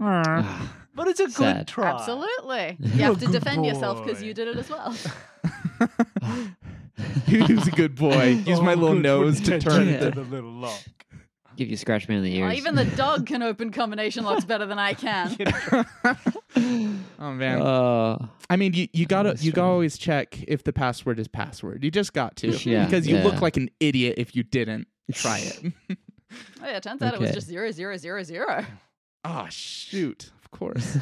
S3: Uh,
S4: Ah,
S1: But it's a good
S4: Sad.
S1: try.
S2: Absolutely.
S4: You're
S2: You
S1: a
S2: have to
S1: good
S2: defend yourself because
S1: boy.
S2: you did it as well.
S4: ah.
S3: Who's a good boy? Use my
S1: Oh,
S3: little
S1: good
S3: nose to
S1: potential
S3: turn
S4: Yeah.
S1: to
S3: the
S1: the little lock.
S4: Give you scratch man in the
S2: Oh,
S4: ears.
S2: even the dog can open combination locks better than I can.
S3: oh man.
S4: Uh,
S3: I mean, you, you gotta
S4: that's
S3: you gotta
S4: true.
S3: always check if the password is password. You just got to
S4: Yeah,
S3: because you
S4: yeah.
S3: look like an idiot if you didn't try it.
S2: Oh yeah, turns out it was
S4: Okay.
S2: just zero zero zero zero.
S3: oh shoot! Of course.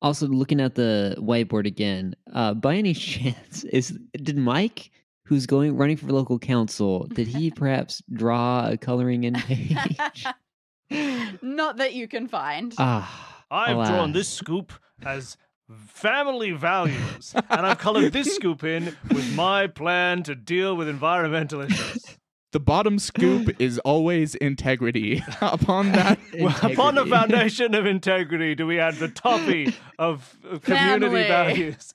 S4: also, looking at the whiteboard again, uh, by any chance, is did Mike, who's going running for local council, did he perhaps draw a coloring in page?
S2: Not that you can find.
S4: ah,
S1: I've drawn
S4: Alas.
S1: this scoop as family values, and I've coloured this scoop in with my plan to deal with environmental issues.
S3: The bottom scoop is always integrity. Upon that,
S1: Well, Upon the
S4: Integrity.
S1: foundation of integrity, do we add the toppy of of community
S2: Family.
S1: values?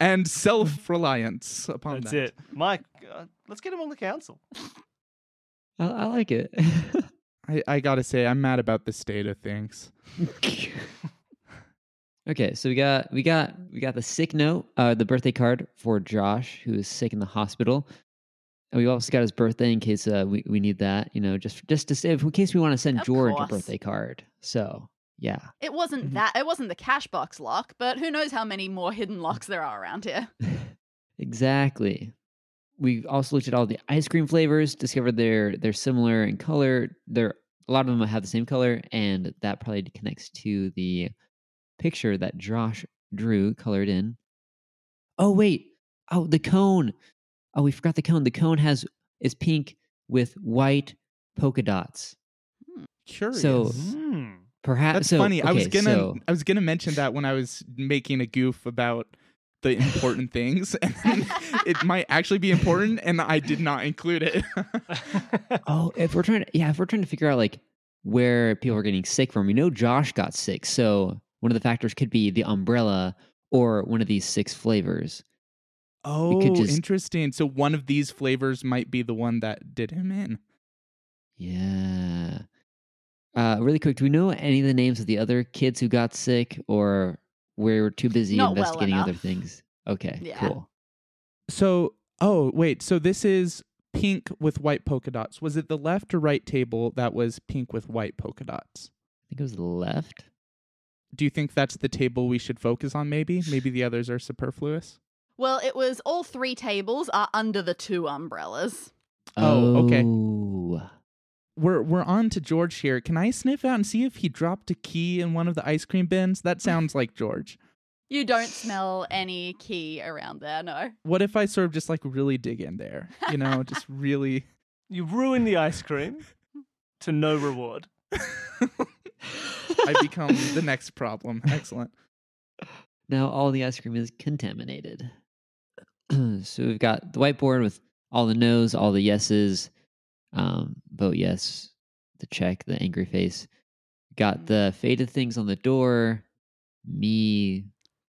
S3: and self reliance. Upon
S1: That's
S3: that.
S1: it, Mike. Uh, let's get him on the council.
S4: I, I like it.
S3: I, I gotta say, I'm mad about the state of things.
S4: okay, so we got we got we got the sick note, uh, the birthday card for Josh, who is sick in the hospital. And we also got his birthday in case uh, we we need that, you know, just just to save in case we want to send
S2: Of
S4: George
S2: course.
S4: a birthday card. So yeah,
S2: It wasn't
S3: Mhm.
S2: that. It wasn't the cash box lock, but who knows how many more hidden locks there are around here.
S4: exactly. We also looked at all the ice cream flavors, discovered they're they're similar in color. They're a lot of them have the same color, and that probably connects to the picture that Josh drew, colored in. Oh wait, oh the cone. Oh, we forgot the cone. The cone has is pink with white polka dots.
S3: Curious.
S4: Perhaps
S3: That's
S4: uh, so,
S3: funny. I was
S4: okay,
S3: gonna
S4: so-
S3: I was gonna mention that when I was making a goof about the important things, and it might actually be important, and I did not include it.
S4: Oh, if we're trying to, yeah, if we're trying to figure out like where people are getting sick from, we know Josh got sick. So one of the factors could be the umbrella or one of these six flavors.
S3: oh,
S4: just-
S3: interesting. So one of these flavors might be the one that did him in.
S4: Yeah. Uh, really quick, do we know any of the names of the other kids who got sick or we're too busy
S2: Not well
S4: investigating other
S2: enough.
S4: things? Okay,
S2: Yeah.
S4: cool.
S3: So oh wait, so this is pink with white polka dots. Was it the left or right table that was pink with white polka dots?
S4: I think it was the left.
S3: Do you think that's the table we should focus on? Maybe, maybe the others are superfluous.
S2: Well, it was all three tables are under the two umbrellas.
S3: Oh, okay.
S4: Oh.
S3: we're we're on to George here. Can I sniff out and see if he dropped a key in one of the ice cream bins? That sounds like George.
S2: You don't smell any key around there, no.
S3: What if I sort of just like really dig in there? You know, just really
S1: You ruin the ice cream to no reward.
S3: I become the next problem. Excellent.
S4: Now all the ice cream is contaminated. so we've got the whiteboard with all the no's, all the yeses, um, vote yes, the check, the angry face.
S2: Mm-hmm.
S4: Got the faded things on the door. Me,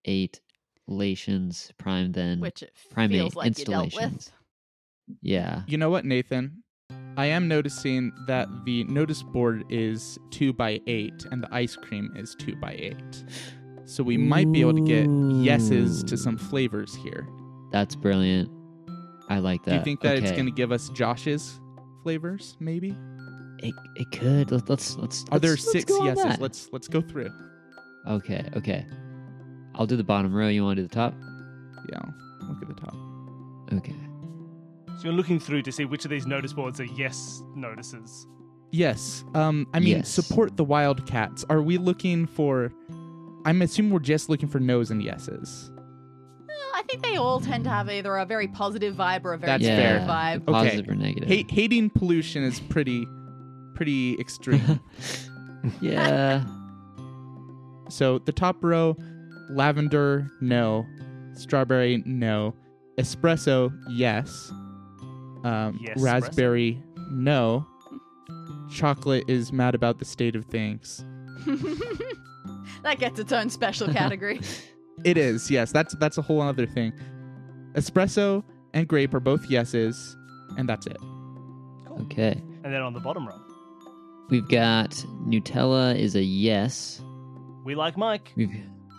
S4: eight, lations, prime
S3: Mm.
S4: then.
S2: Which it
S4: Primate
S2: feels like you dealt with.
S4: installations. yeah.
S3: You know what, Nathan? I am noticing that the notice board is two by eight and the ice cream is two by eight. So we might be able to get yeses to some flavors here.
S4: That's brilliant. I like that.
S3: Do you think that it's
S4: Okay.
S3: gonna give us Josh's flavors, maybe?
S4: It, it could. Let- Let's let's.
S3: Are there
S4: let's- let's
S3: 6
S4: go on
S3: yeses?
S4: that.
S3: Let's let's go through.
S4: Okay. Okay. I'll do the bottom row. You want to do the top?
S3: Yeah, look at the top.
S4: Okay.
S1: So you're looking through to see which of these notice boards are yes notices.
S3: Yes. Um, I mean,
S4: Yes.
S3: support the Wildcats. Are we looking for? I'm assuming we're just looking for no's and yeses.
S2: Well, I think they all tend to have either a very positive vibe or a very
S3: That's
S2: negative
S3: fair.
S2: vibe.
S3: Okay.
S4: Positive or negative.
S3: Hate, hating pollution is pretty, pretty extreme.
S4: yeah.
S3: so the top row, lavender no, strawberry no, espresso yes, um,
S1: Yes,
S3: raspberry no, chocolate is mad about the state of things.
S2: that gets its own special category.
S3: It is, yes. That's that's a whole other thing. Espresso and grape are both yeses, and that's it.
S1: Cool.
S4: Okay.
S1: And then on the bottom row,
S4: We've got Nutella is a yes.
S1: we like Mike.
S4: We've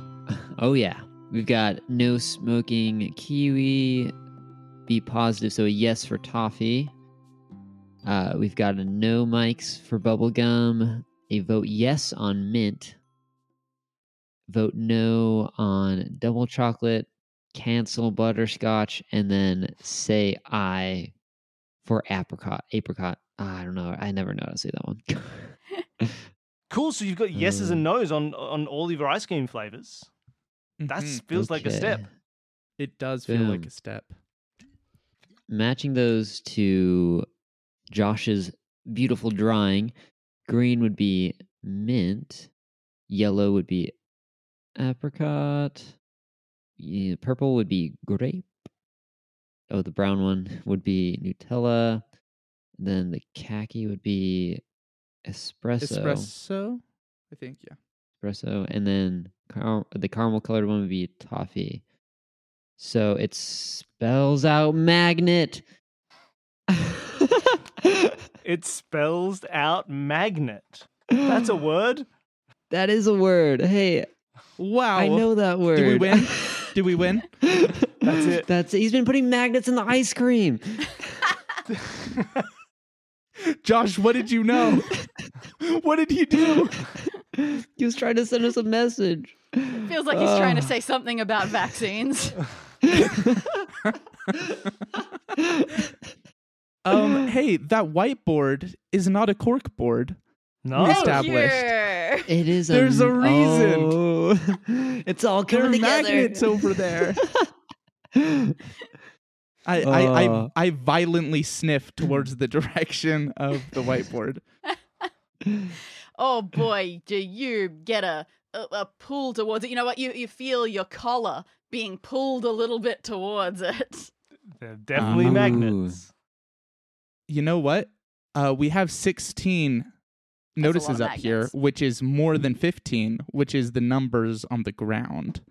S4: Oh yeah. We've got no smoking kiwi, be positive, so a yes for toffee. Uh, we've got a no mics for bubblegum, a vote yes on mint, vote no on double chocolate, cancel butterscotch, and then say I for apricot. Apricot. Ah, I don't know. I never know how to say that one.
S1: Cool. So you've got yeses
S4: Mm.
S1: and nos on on all of your ice cream flavors. That
S4: Mm-hmm.
S3: Mhm.
S1: feels like a step.
S4: Okay.
S3: It does feel like
S4: Boom.
S3: a step.
S4: matching those to Josh's beautiful drawing, green would be mint, yellow would be apricot, yeah, purple would be grape. Oh, the brown one would be Nutella. Then the khaki would be espresso.
S3: Espresso, I think. Yeah.
S4: Espresso. And then car- the caramel colored one would be toffee. So it spells out magnet.
S1: It spells out magnet. That's a word.
S4: That is a word. Hey,
S3: Wow.
S4: I know that word.
S3: we win? Did we win?
S1: That's it.
S4: That's He's been putting magnets in the ice cream.
S3: Josh, what did you know? what did you do?
S4: He was trying to send us a message.
S2: Feels like he's trying to
S4: Ah.
S2: say something about vaccines.
S3: Um, hey, that whiteboard is not a cork board.
S1: No.
S3: We
S2: Thank
S3: established.
S2: you.
S4: It is.
S3: There's a
S4: m-
S3: reason.
S4: Oh. it's all
S3: There are
S4: coming together.
S3: magnets over there. I, I, I,
S4: Uh.
S3: I violently sniff towards the direction of the whiteboard.
S2: Oh boy, do you get a, a a pull towards it? You know what? You you feel your collar being pulled a little bit towards it.
S1: They're definitely
S3: Ooh.
S1: magnets.
S3: You know what? Uh, we have 16
S2: a lot
S3: notices
S2: of
S3: up here,
S2: magnets.
S3: which is more than 15, which is the numbers on the ground.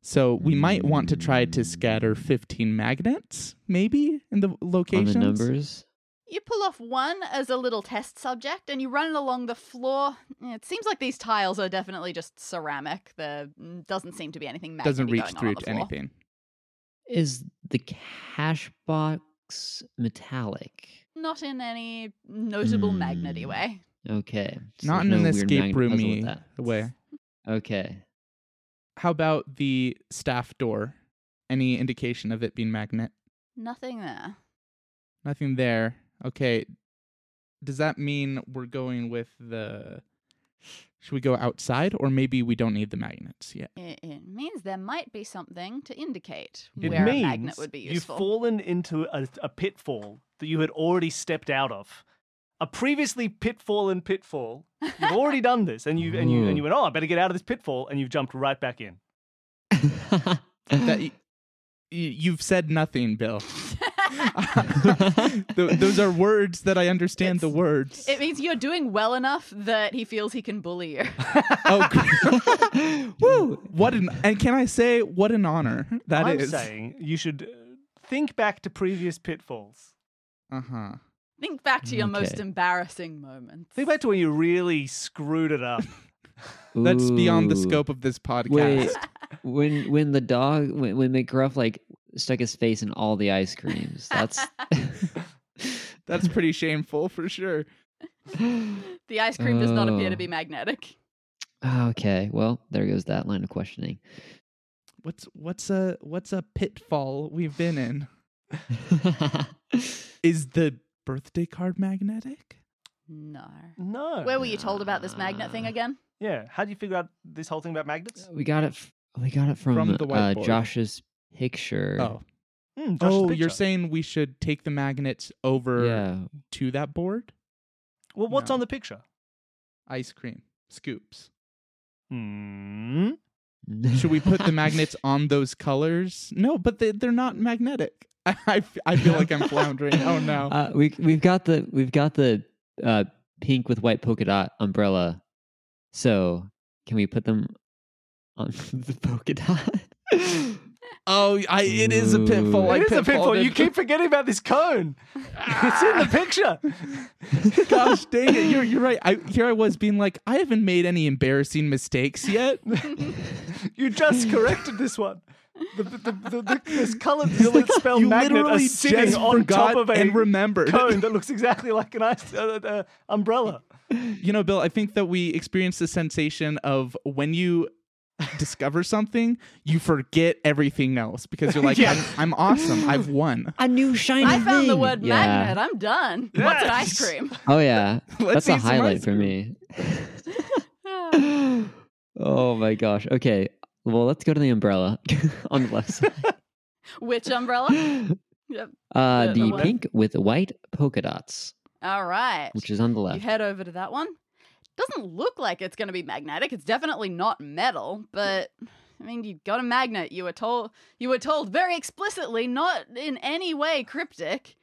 S3: So we might want to try to scatter 15 magnets, maybe, in the
S4: On
S3: locations.
S4: the numbers.
S2: You pull off one as a little test subject, and you run it along the floor. It seems like these tiles are definitely just ceramic. There mm, doesn't seem to be anything magnetic
S3: Doesn't reach
S2: going on
S3: through
S2: on the
S3: to
S2: floor.
S3: anything.
S4: Is the cash box metallic?
S2: Not in any notable magnety
S3: Hmm.
S4: Mm.
S2: way.
S4: Okay. so
S3: Not in an
S4: there's no weird
S3: escape
S4: magnet puzzle with
S3: roomy
S4: that.
S3: way.
S4: Okay.
S3: How about the staff door? Any indication of it being magnet?
S2: Nothing there.
S3: Nothing there. Okay. Does that mean we're going with the. Should we go outside or maybe we don't need the magnets yet?
S2: It, it means there might be something to indicate
S1: It
S2: where
S1: means
S2: a magnet would be
S1: you've
S2: useful.
S1: fallen into a, a pitfall that you had already stepped out of. A previously pitfall and pitfall. You've already done this, and you and you and you went, "Oh, I better get out of this pitfall," and you've jumped right back in.
S3: That y- y- you've said nothing, Bill. Th- those are words that I understand the
S2: It's-
S3: words.
S2: It means you're doing well enough that he feels he can bully you.
S3: oh, great. woo! What an and can I say what an honor that
S1: I'm
S3: is.
S1: saying you should uh, think back to previous pitfalls.
S3: Uh huh.
S2: Think back to your most
S4: Okay.
S2: embarrassing moments.
S1: Think back to when you really screwed it up.
S3: That's beyond the
S4: Ooh.
S3: scope of this podcast.
S4: Wait, when when the dog when, when McGruff like stuck his face in all the ice creams. That's
S3: That's pretty shameful for sure.
S2: the ice cream does not appear to
S4: Oh.
S2: be magnetic.
S4: okay. Well, there goes that line of questioning.
S3: What's what's a what's a pitfall we've been in? Is the birthday card magnetic?
S2: No.
S1: No.
S2: Where were you told about this magnet thing
S4: Ah.
S2: again?
S1: yeah. How do you figure out this whole thing about magnets?
S4: we got it. f- We got it from,
S3: From the
S4: uh,
S3: whiteboard.
S4: Josh's picture.
S3: Oh,
S1: Hmm, Josh's
S3: oh, you're
S1: picture.
S3: saying we should take the magnets over
S4: yeah.
S3: to that board?
S1: Well, what's
S3: No.
S1: on the picture?
S3: Ice cream scoops.
S1: Hmm.
S3: Should we put the magnets on those colors? No, but they, they're not magnetic. I, I, I feel like I'm floundering. Oh no.
S4: Uh, we we've got the we've got the uh, pink with white polka dot umbrella. So can we put them on the polka dot?
S3: oh, I, it is a pitfall.
S4: Ooh.
S3: I
S1: it is a
S3: pitfalled
S1: pitfall.
S3: it.
S1: You keep forgetting about this cone. it's in the picture.
S3: Gosh dang it! You're you're right. I, here I was being like, I haven't made any embarrassing mistakes yet.
S1: You just corrected this one. The, the, the, the, this colored silk spell
S3: you
S1: magnet
S3: literally
S1: is sitting
S3: just
S1: on
S3: forgot
S1: top of a
S3: and remembered.
S1: cone that looks exactly like an ice uh, uh, umbrella.
S3: You know, Bill, I think that we experience the sensation of when you discover something, you forget everything else because you're like,
S1: Yeah.
S3: I'm, I'm awesome. I've won.
S4: A new shiny
S2: I found the
S4: thing.
S2: word
S4: Yeah.
S2: magnet. I'm done. What's an ice
S1: Yes.
S2: cream?
S4: Oh yeah,
S3: Let's
S4: that's a
S3: eat some
S4: highlight
S3: ice
S4: for
S3: cream.
S4: me. oh my gosh. Okay. Well, let's go to the umbrella on the left side.
S2: Which umbrella? Yep.
S4: Uh,
S2: The- the
S4: the
S2: what?
S4: pink with white polka dots,
S2: All right.
S4: which is on the
S2: You
S4: left.
S2: head over to that one. Doesn't look like it's going to be magnetic. It's definitely not metal, but I mean, you got a magnet. You were told you were told very explicitly not in any way cryptic.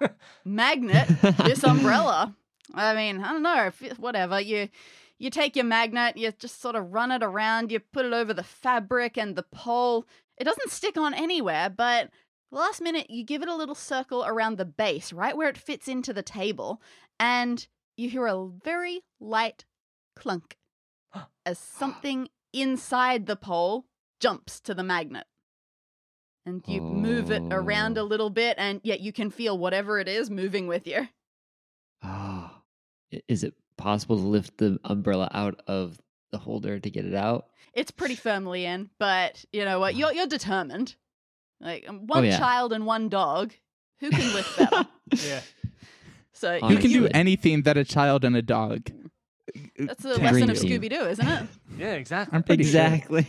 S2: magnet this umbrella. I mean, I don't know, if- whatever. You you take your magnet, you just sort of run it around, you put it over the fabric and the pole. It doesn't stick on anywhere, but last minute you give it a little circle around the base, right where it fits into the table, and you hear a very light clunk as something inside the pole jumps to the magnet. And you move it around
S4: Oh.
S2: a little bit, and yet you can feel whatever it is moving with you.
S4: Ah. I- is it possible to lift the umbrella out of the holder to get it out?
S2: It's pretty firmly in, but you know what? You're you're determined. Like um, one
S4: Mm. Oh, yeah.
S2: child and one dog, who can lift better?
S1: Yeah.
S2: So
S4: Who
S3: You
S2: you
S3: can do
S4: Honestly.
S3: anything that a child and a dog.
S2: That's a
S3: can
S2: lesson of
S4: do.
S2: Scooby Doo, isn't it?
S1: Yeah, exactly.
S3: I'm pretty sure.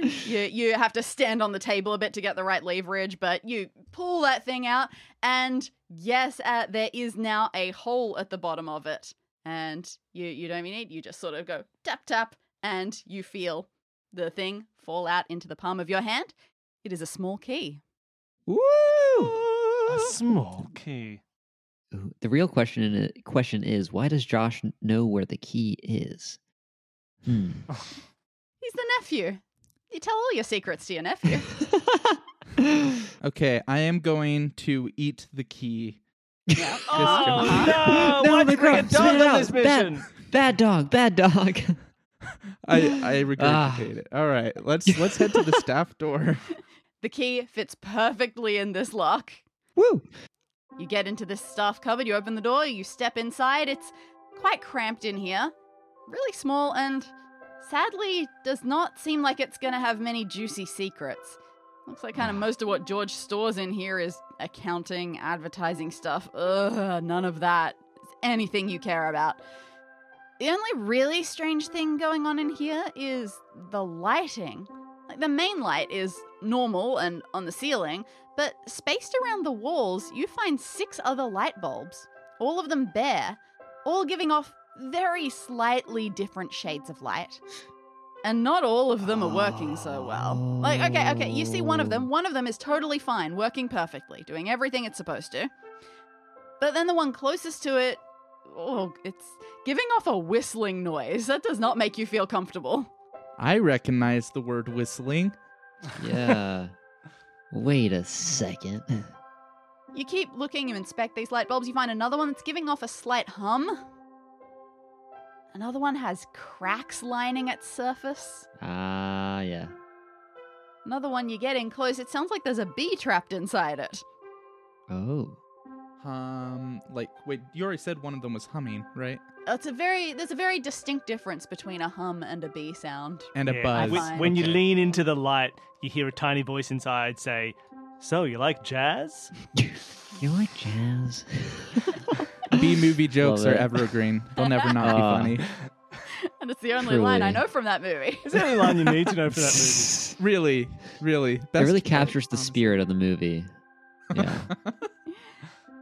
S2: you you have to stand on the table a bit to get the right leverage, but you pull that thing out, and yes, uh, there is now a hole at the bottom of it, and you you don't even need you just sort of go tap tap, and you feel the thing fall out into the palm of your hand. It is a small key.
S1: A small key.
S4: Ooh, The real question in it, question is why does Josh n- know where the key is? Hmm.
S2: He's the nephew. You tell all your secrets to your nephew.
S3: Okay, I am going to eat the key.
S2: yeah.
S1: Oh
S3: Just
S1: no!
S4: No,
S1: Why'd
S4: my
S1: you bring a
S4: God, spit
S1: dog
S4: it
S1: on
S4: out.
S1: this
S4: That-
S1: mission?
S4: bad dog, bad dog.
S3: I, I regurgitate
S4: Ah.
S3: it. All right, let's let's head to the staff door.
S2: the key fits perfectly in this lock.
S4: Woo!
S2: You get into this staff cupboard, you open the door, you step inside. It's quite cramped in here, really small, and sadly does not seem like it's going to have many juicy secrets. Looks like kind of most of what George stores in here is accounting, advertising stuff. Ugh, none of that. It's anything you care about. The only really strange thing going on in here is the lighting. Like the main light is normal and on the ceiling, but spaced around the walls, you find six other light bulbs, all of them bare, all giving off very slightly different shades of light. And not all of them are working so well. Like, okay, okay, you see one of them. One of them is totally fine, working perfectly, doing everything it's supposed to. But then the one closest to it, oh, it's giving off a whistling noise. That does not make you feel comfortable.
S3: I recognize the word whistling.
S4: Yeah. Wait a second.
S2: You keep looking, you inspect these light bulbs, you find another one that's giving off a slight hum. Another one has cracks lining its surface.
S4: Ah, yeah.
S2: Another one you get in close, it sounds like there's a bee trapped inside it.
S4: Oh.
S3: Um, like wait, you already said one of them was humming, right?
S2: It's a very there's a very distinct difference between a hum and a bee sound.
S3: And
S1: Yeah,
S3: a buzz.
S2: I
S1: When,
S2: find-
S1: when you
S3: Okay.
S1: lean into the light, you hear a tiny voice inside say, "So you like jazz?"
S4: You like jazz?
S3: B movie jokes
S4: Love
S3: are
S4: it.
S3: evergreen. They'll never not
S4: Ah.
S3: be funny.
S2: And it's the only line I
S4: Truly.
S2: know from that movie.
S1: Is there any line you need to know for that movie?
S3: Really, really.
S4: it
S3: Best
S4: really
S3: joke,
S4: captures the
S3: honestly.
S4: spirit of the movie. Yeah.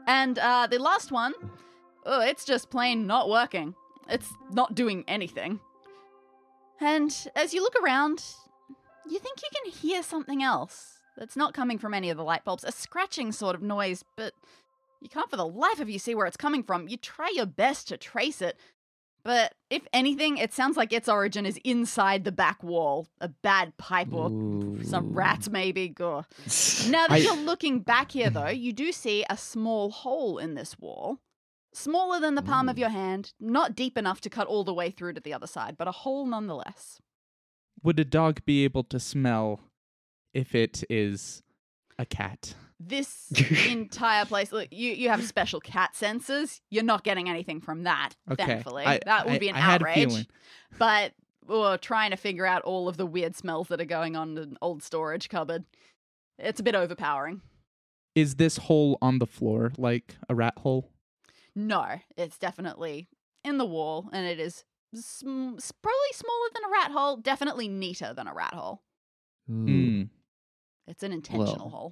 S2: And uh, the last one, oh, it's just plain not working. It's not doing anything. And as you look around, you think you can hear something else that's not coming from any of the light bulbs, a scratching sort of noise, but you can't for the life of you see where it's coming from. You try your best to trace it, but if anything, it sounds like its origin is inside the back wall, a bad pipe or some
S4: Ooh.
S2: rats maybe. Gah. Now that
S3: I-
S2: you're looking back here, though, you do see a small hole in this wall. Smaller than the palm of
S4: Ooh.
S2: your hand, not deep enough to cut all the way through to the other side, but a hole nonetheless.
S3: Would a dog be able to smell if it is a cat.
S2: This entire place, look, you, you have special cat senses. You're not getting anything from that,
S3: Okay.
S2: thankfully.
S3: I-
S2: that would
S3: I-
S2: be an
S3: I had a
S2: outrage.
S3: feeling.
S2: But we're trying to figure out all of the weird smells that are going on in an old storage cupboard. It's a bit overpowering.
S3: Is this hole on the floor like a rat hole?
S2: No, it's definitely in the wall, and it is sm- s- probably smaller than a rat hole, definitely neater than a rat hole.
S4: Ooh.
S3: Mm.
S2: It's an intentional
S4: Well,
S2: hole.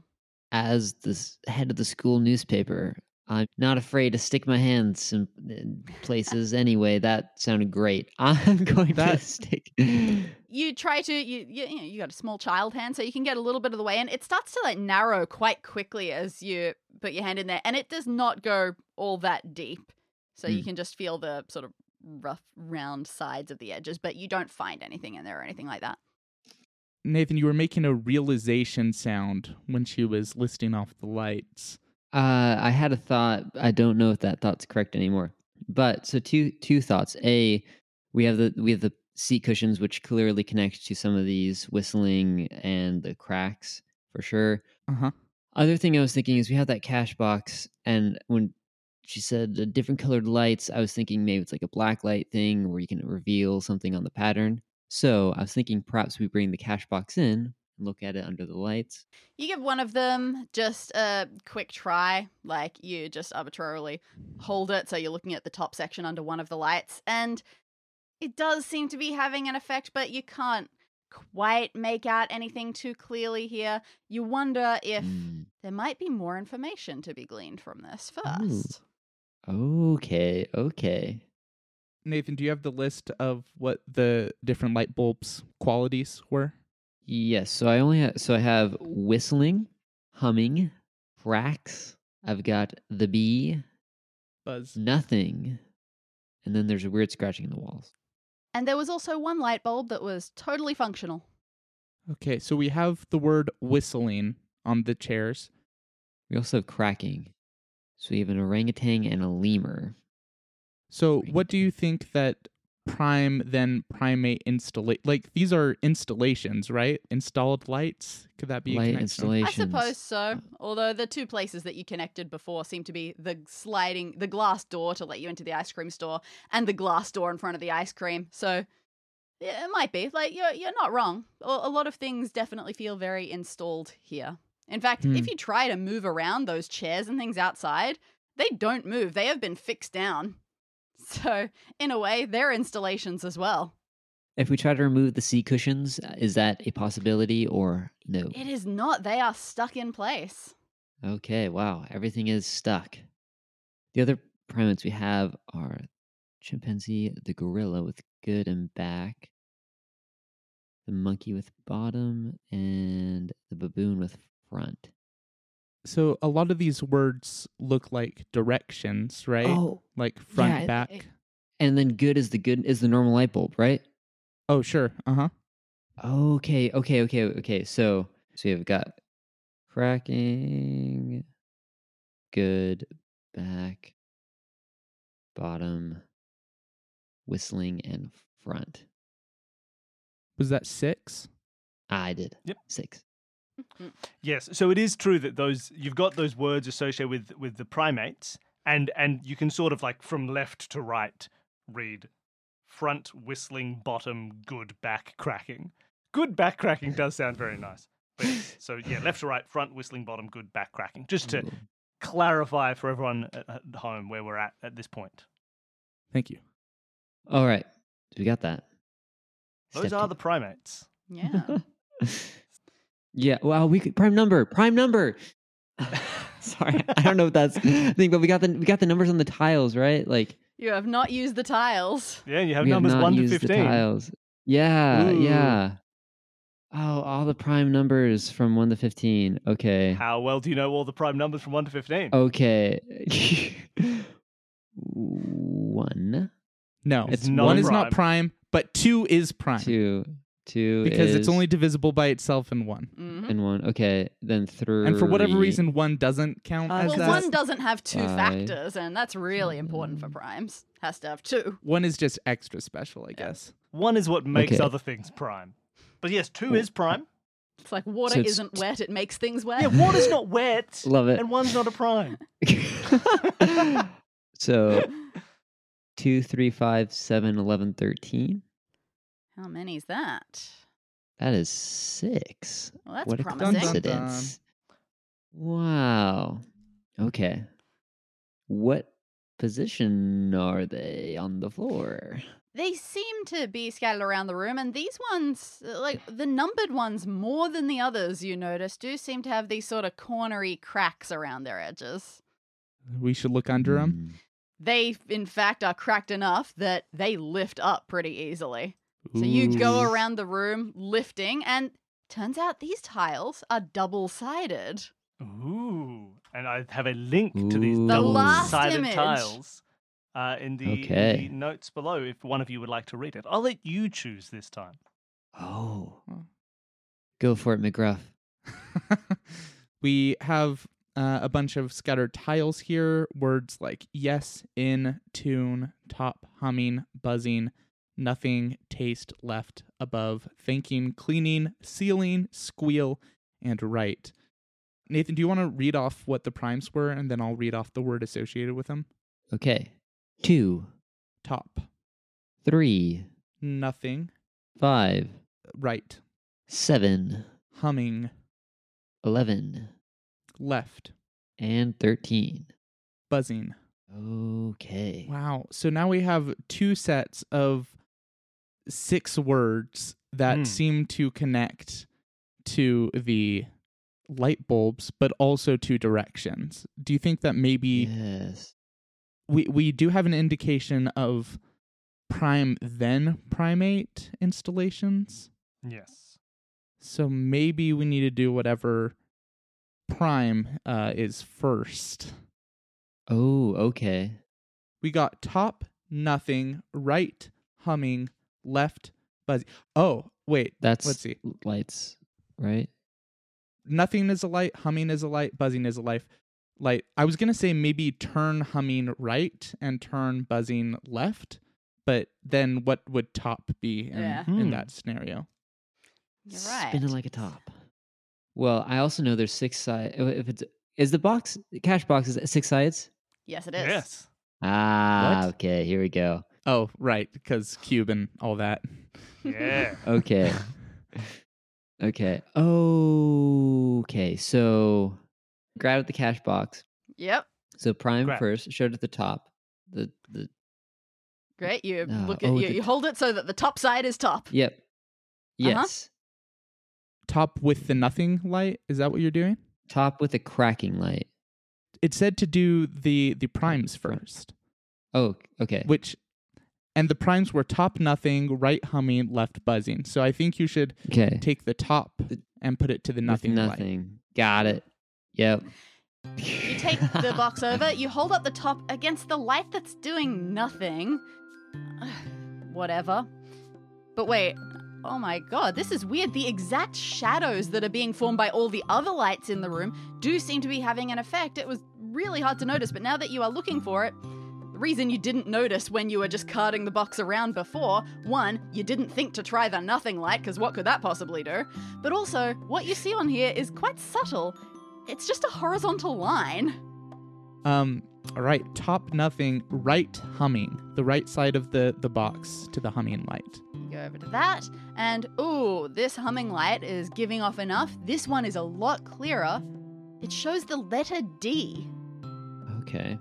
S4: Hmm. As the s- head of the school newspaper, I'm not afraid to stick my hands in, in places anyway. That sounded great. I'm going
S3: That-
S4: to stick.
S2: You try to you you, you, know, you got a small child hand, so you can get a little bit of the way in. It starts to like narrow quite quickly as you put your hand in there, and it does not go all that deep, so you
S4: Hmm.
S2: can just feel the sort of rough round sides of the edges, but you don't find anything in there or anything like that.
S3: Nathan, you were making a realization sound when she was listing off the lights.
S4: Uh, I had a thought. I don't know if that thought's correct anymore. But so two two thoughts. A, we have the we have the seat cushions, which clearly connect to some of these whistling and the cracks for sure.
S3: Uh huh.
S4: Other thing I was thinking is we have that cash box, and when she said the different colored lights, I was thinking maybe it's like a black light thing where you can reveal something on the pattern. So I was thinking perhaps we bring the cash box in and look at it under the lights.
S2: You give one of them just a quick try, like you just arbitrarily hold it so you're looking at the top section under one of the lights, and it does seem to be having an effect, but you can't quite make out anything too clearly here. You wonder if
S4: Mm.
S2: there might be more information to be gleaned from this
S4: Ooh.
S2: first.
S4: Okay, okay.
S3: Nathan, do you have the list of what the different light bulbs' qualities were?
S4: Yes. So I only ha- so I have whistling, humming, cracks. I've got the bee,
S3: Buzz.
S4: nothing, and then there's a weird scratching in the walls.
S2: And there was also one light bulb that was totally functional.
S3: Okay, so we have the word whistling on the chairs.
S4: We also have cracking. So we have an orangutan and a lemur.
S3: So, what do you think that Prime then primate installate? Like these are installations, right? Installed lights. Could that be a
S4: Light
S3: connection?
S2: I
S4: installations.
S2: suppose so. Although the two places that you connected before seem to be the sliding, the glass door to let you into the ice cream store, and the glass door in front of the ice cream. So yeah, it might be like you're you're not wrong. A a lot of things definitely feel very installed here. In fact,
S3: Hmm.
S2: if you try to move around those chairs and things outside, they don't move. They have been fixed down. So in a way, they're installations as well.
S4: If we try to remove the sea cushions, uh, is that a possibility or no?
S2: It is not. They are stuck in place.
S4: Okay, wow. Everything is stuck. The other primates we have are chimpanzee, the gorilla with good and back, the monkey with bottom, and the baboon with front.
S3: So, a lot of these words look like directions, right?
S4: Oh,
S3: like front,
S4: yeah, it-
S3: back.
S4: it- and then good is the good is the normal light bulb, right?
S3: oh, sure. Uh huh.
S4: Okay, okay, okay, okay. So, so we've got cracking, good, back, bottom, whistling, and front.
S3: Was that six?
S4: Ah, I did.
S1: Yep.
S4: Six.
S1: Yes, so it is true that those you've got those words associated with with the primates, and and you can sort of like from left to right read front whistling, bottom good back cracking. Good back cracking does sound very nice. But yes, so yeah, left to right, front whistling, bottom good back cracking. Just to
S4: Ooh.
S1: clarify for everyone at at home where we're at at this point.
S3: Thank you.
S4: All right. So we got that.
S1: Those are the primates.
S2: Yeah.
S4: the. yeah. Well, we could prime number. Prime number. Sorry, I don't know if that's the thing, but we got the we got the numbers on the tiles, right? Like
S2: You have not used the tiles.
S1: Yeah, you have
S4: we
S1: numbers
S4: have not
S1: one to
S4: used The
S1: fifteen.
S4: tiles. Yeah,
S1: Ooh.
S4: yeah. Oh, all the prime numbers from one to fifteen. Okay.
S1: How well do you know all the prime numbers from one to fifteen?
S4: Oh, Okay. One,
S3: No,
S1: It's not
S3: one is not prime, but two is prime
S4: two, two.
S3: because
S4: is-
S3: it's only divisible by itself in one.
S2: Mhm.
S4: and one. Okay, then three.
S3: And for whatever reason, one doesn't count
S4: Uh,
S3: as
S2: Well,
S3: that.
S2: one doesn't have two
S4: Five.
S2: factors, and that's really important for primes. Has to have two.
S3: One is just extra special, I guess.
S1: One is what makes
S4: Okay. Oh.
S1: other things prime. But yes, two
S4: Well,
S1: is prime.
S2: It's like water
S4: So it's
S2: isn't wet, it makes things wet.
S1: Yeah, water's not wet,
S4: Love it.
S1: and one's not a prime.
S4: so two, three, five, seven, eleven, thirteen.
S2: How many is that?
S4: That is six.
S2: Well, that's
S4: what a
S2: promising.
S3: Dun, dun, dun.
S4: coincidence. Wow. Okay. What position are they on the floor?
S2: They seem to be scattered around the room, and these ones, uh, like the numbered ones more than the others you notice, do seem to have these sort of cornery cracks around their edges.
S3: We should look under them.
S2: They, in fact, are cracked enough that they lift up pretty easily.
S4: Hmm.
S2: So you go
S4: Mm.
S3: Ooh.
S2: around the room lifting, and turns out these tiles are double sided.
S1: Ooh, and I have a link to these
S4: Ooh. The last
S1: double-sided
S2: image.
S1: tiles uh, in the, in
S4: Okay.
S1: the notes below. If one of you would like to read it, I'll let you choose this time.
S4: Oh.
S3: Oh.
S4: Go for it, McGruff. Mm.
S3: we have uh, a bunch of scattered tiles here. Words like yes, in, tune, top, humming, buzzing, nothing, taste, left, above, thinking, cleaning, ceiling, squeal, and right. Nathan, do you want to read off what the primes were and then I'll read off the word associated with them?
S4: Okay. Two,
S3: Top,
S4: three,
S3: nothing,
S4: five,
S3: right,
S4: seven,
S3: humming,
S4: eleven,
S3: left,
S4: and thirteen.
S3: buzzing.
S4: Okay.
S3: Wow. So now we have two sets of six words that
S1: Hmm.
S3: seem to connect to the light bulbs, but also to directions. Do you think that maybe
S4: Yes.
S3: we, we do have an indication of prime then primate installations?
S1: Yes.
S3: So maybe we need to do whatever prime uh, is first.
S4: Oh, okay.
S3: We got top, nothing, right, humming, left, buzzy. Oh, wait.
S4: That's
S3: Let's see.
S4: l- lights, right?
S3: Nothing is a light, humming is a light, buzzing is a life. Light. I was going to say maybe turn humming right and turn buzzing left, but then what would top be in,
S2: Yeah.
S3: in
S1: Hmm.
S3: that scenario?
S2: You're right.
S4: Spinning like a top. Well, I also know there's six sides. If it's is the box cash box is it six sides?
S2: Yes, it is.
S1: Yes.
S4: Ah,
S3: What?
S4: okay. Here we go.
S3: Oh, right, because cube and all that.
S1: Yeah.
S4: Okay. okay. Okay. So grab the cash box.
S2: Yep.
S4: So prime
S1: Grab.
S4: first, showed at the top. The the
S2: Great. You
S4: Ah,
S2: look at
S4: oh,
S2: you,
S4: the
S2: you
S4: t-
S2: hold it so that the top side is top.
S4: Yep.
S2: Uh-huh.
S4: Yes.
S3: Top with the nothing light. Is that what you're doing?
S4: Top with a cracking light.
S3: It said to do the the primes
S4: Prime.
S3: first.
S4: Oh, okay.
S3: which and the primes were top nothing, right humming, left buzzing. So I think you should
S4: Okay.
S3: take the top
S4: Th-
S3: and put it to the
S4: With
S3: nothing. line.
S4: nothing. Got it. Yep.
S2: You take the box over, you hold up the top against the light that's doing nothing. Whatever. But wait. Oh my god, this is weird. The exact shadows that are being formed by all the other lights in the room do seem to be having an effect. It was really hard to notice, but now that you are looking for it, the reason you didn't notice when you were just carting the box around before one, you didn't think to try the nothing light, because what could that possibly do? But also, what you see on here is quite subtle. It's just a horizontal line.
S3: Um. All right. Top nothing, right humming. The right side of the the box to the humming light.
S2: You go over to that, and ooh, this humming light is giving off enough. This one is a lot clearer. It shows the letter D.
S4: Okay.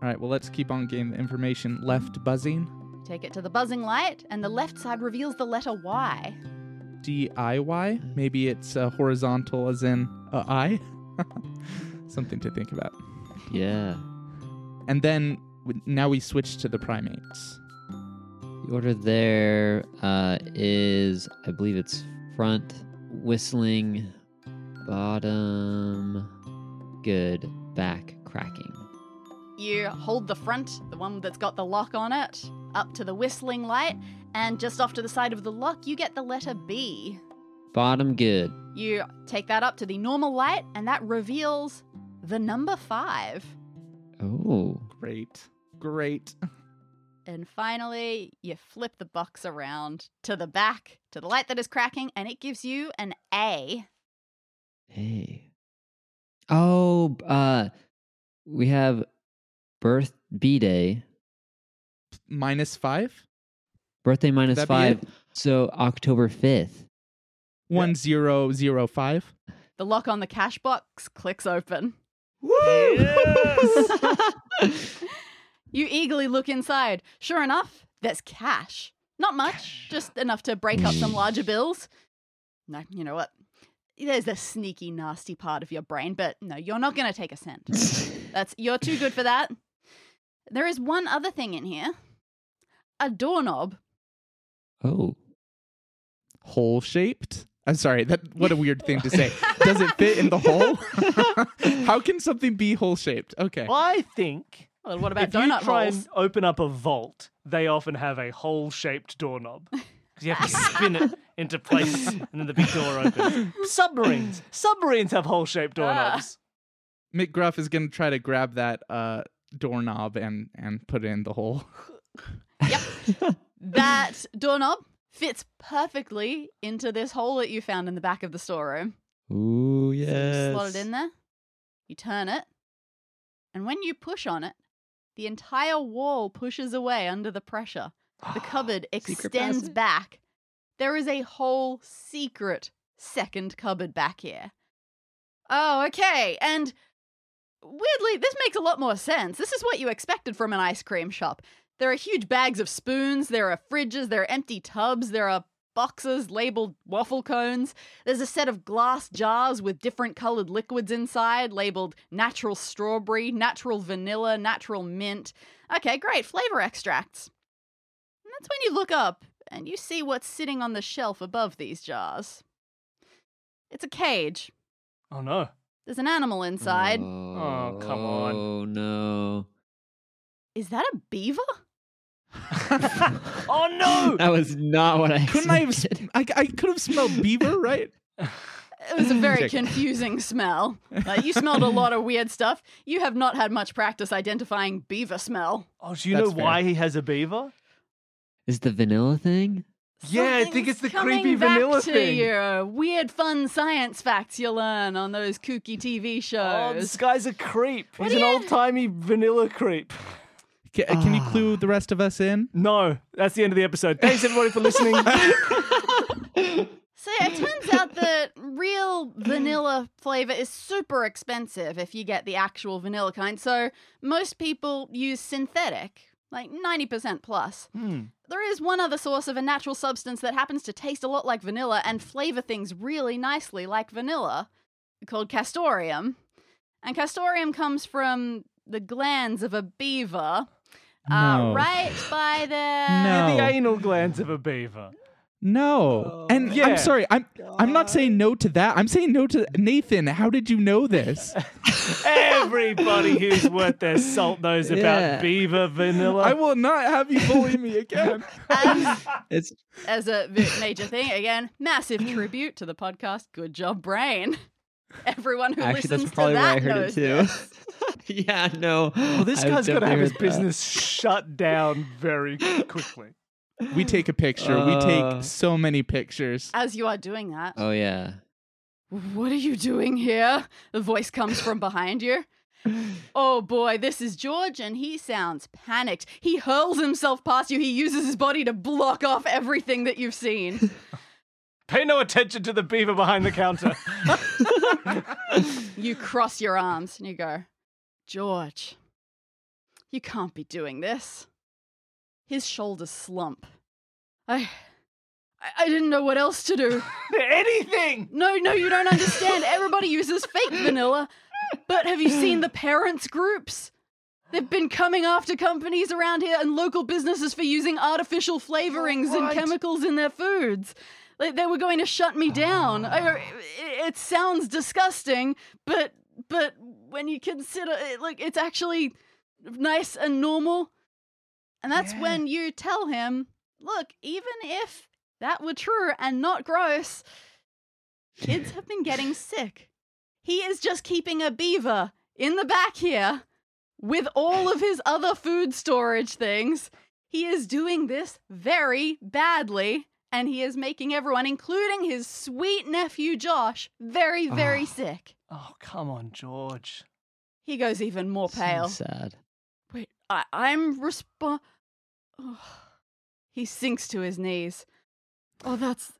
S3: All right. Well, let's keep on getting the information. Left buzzing.
S2: Take it to the buzzing light, and the left side reveals the letter Y.
S4: Mm.
S3: DIY. Maybe it's uh, horizontal, as in a I. Something to think about.
S4: Yeah.
S3: And then w- now we switch to the primates.
S4: The order there uh, is, I believe it's front, whistling, bottom, good, back, cracking.
S2: You hold the front, the one that's got the lock on it, up to the whistling light, and just off to the side of the lock, you get the letter B.
S4: Bottom, good.
S2: You take that up to the normal light, and that reveals the number five.
S4: Oh,
S3: Great. Great.
S2: And finally, you flip the box around to the back, to the light that is cracking, and it gives you an A.
S4: Hey. Oh, uh, we have birth B day,
S3: Minus five?
S4: birthday minus
S3: that be
S4: five.
S3: it?
S4: So October 5th.
S3: One zero zero five.
S2: The lock on the cash box clicks open.
S1: Yes.
S2: you eagerly look inside. Sure enough, there's cash. Not much, just enough to break up some larger bills. No, you know what? There's the sneaky, nasty part of your brain, but no, you're not going to take a cent. That's you're too good for that. There is one other thing in here. A doorknob.
S4: oh.
S3: Hole shaped? I'm sorry, that what a weird thing to say. Does it fit in the hole? How can something be hole shaped? Okay.
S1: I think
S2: Well, what about
S1: if you
S2: donut
S1: try
S2: holes?
S1: and open up a vault, they often have a hole-shaped doorknob. 'Cause You have to spin it into place, and then the big door opens. Submarines. Submarines have hole-shaped doorknobs.
S3: McGruff is gonna try to grab that uh doorknob and and put it in the hole.
S2: That doorknob fits perfectly into this hole that you found in the back of the storeroom.
S4: Ooh,
S2: So
S4: yes.
S2: you slot it in there, you turn it, and when you push on it, the entire wall pushes away under the pressure. The cupboard extends
S4: passage?
S2: back. There is a whole secret second cupboard back here. Oh, okay. And weirdly, this makes a lot more sense. This is what you expected from an ice cream shop. There are huge bags of spoons, there are fridges, there are empty tubs, there are boxes labeled waffle cones. There's a set of glass jars with different colored liquids inside, labeled natural strawberry, natural vanilla, natural mint. Okay, great, flavor extracts. And that's when you look up and you see what's sitting on the shelf above these jars. It's a cage.
S1: Oh no.
S2: There's an animal inside.
S4: Mm.
S1: Oh, come on.
S4: Oh, no.
S2: Is that a beaver?
S1: oh no.
S4: That was not what I
S3: Couldn't I have
S4: expected.
S3: sp- I, I could have smelled beaver, right?
S2: It was a very
S3: Check.
S2: confusing smell. Like, you smelled a lot of weird stuff. You have not had much practice identifying beaver smell.
S1: Oh, do you
S3: That's
S1: know
S3: fair.
S1: why he has a beaver?
S4: Is the vanilla thing?
S1: Yeah, I think it's the
S2: Something's coming
S1: creepy
S2: back
S1: vanilla
S2: to
S1: thing.
S2: You. Weird, fun science facts you learn on those kooky TV
S1: Oh, this
S2: shows.
S1: guy's a creep. He's an
S2: do you-
S1: old timey vanilla creep.
S3: Ca uh, Can you
S4: Ah.
S3: clue the rest of us in?
S1: No, that's the end of the episode. Thanks everybody for listening.
S2: so yeah, it turns out that real vanilla flavor is super expensive if you get the actual vanilla kind. So most people use synthetic, like ninety percent plus.
S1: Hmm.
S2: There is one other source of a natural substance that happens to taste a lot like vanilla and flavor things really nicely like vanilla, called castoreum. And castoreum comes from the glands of a beaver, uh,
S3: No.
S2: right by their
S3: No.
S1: The anal glands of a beaver.
S3: No. and
S1: Yeah.
S3: I'm sorry, I'm I'm not saying no to that. I'm saying no to Nathan. How did you know this?
S1: Everybody who's worth their salt knows
S4: Yeah.
S1: about beaver vanilla.
S3: I will not have you bully me again.
S2: And
S4: It's
S2: um, as a v- major thing, again, massive tribute to the podcast. Good job, brain. Everyone who
S4: actually
S2: listens
S4: that's probably
S2: to
S4: where
S2: that
S4: I heard it
S2: knows
S4: too. yeah, no.
S1: well, this
S4: I've
S1: guy's got to have
S4: definitely
S1: his
S4: heard that.
S1: business shut down very quickly.
S3: We take a picture. we
S4: Uh.
S3: take so many pictures.
S2: As you are doing that,
S4: Oh yeah.
S2: what are you doing here? The voice comes from behind you. Oh boy, this is George, and he sounds panicked. He hurls himself past you. He uses his body to block off everything that you've seen.
S1: Pay no attention to the beaver behind the counter.
S2: you cross your arms and you go, George, you can't be doing this. His shoulders slump. I, I, I didn't know what else to do.
S1: Anything.
S2: No, no, you don't understand. Everybody uses fake vanilla. But have you seen the parents' groups? They've been coming after companies around here and local businesses for using artificial flavorings and
S1: Right.
S2: chemicals in their foods. Like they were going to shut me down. I, it, it sounds disgusting, but but when you consider it, like it's actually nice and normal. And that's
S1: Yeah.
S2: when you tell him, look, even if that were true and not gross, kids have been getting sick. He is just keeping a beaver in the back here with all of his other food storage things. He is doing this very badly, and he is making everyone, including his sweet nephew Josh, very, very
S4: Ah.
S2: sick.
S1: Oh, come on, George.
S2: He goes even more pale.
S4: So sad.
S2: Wait, I, I'm respon. Oh. He sinks to his knees. Oh, that's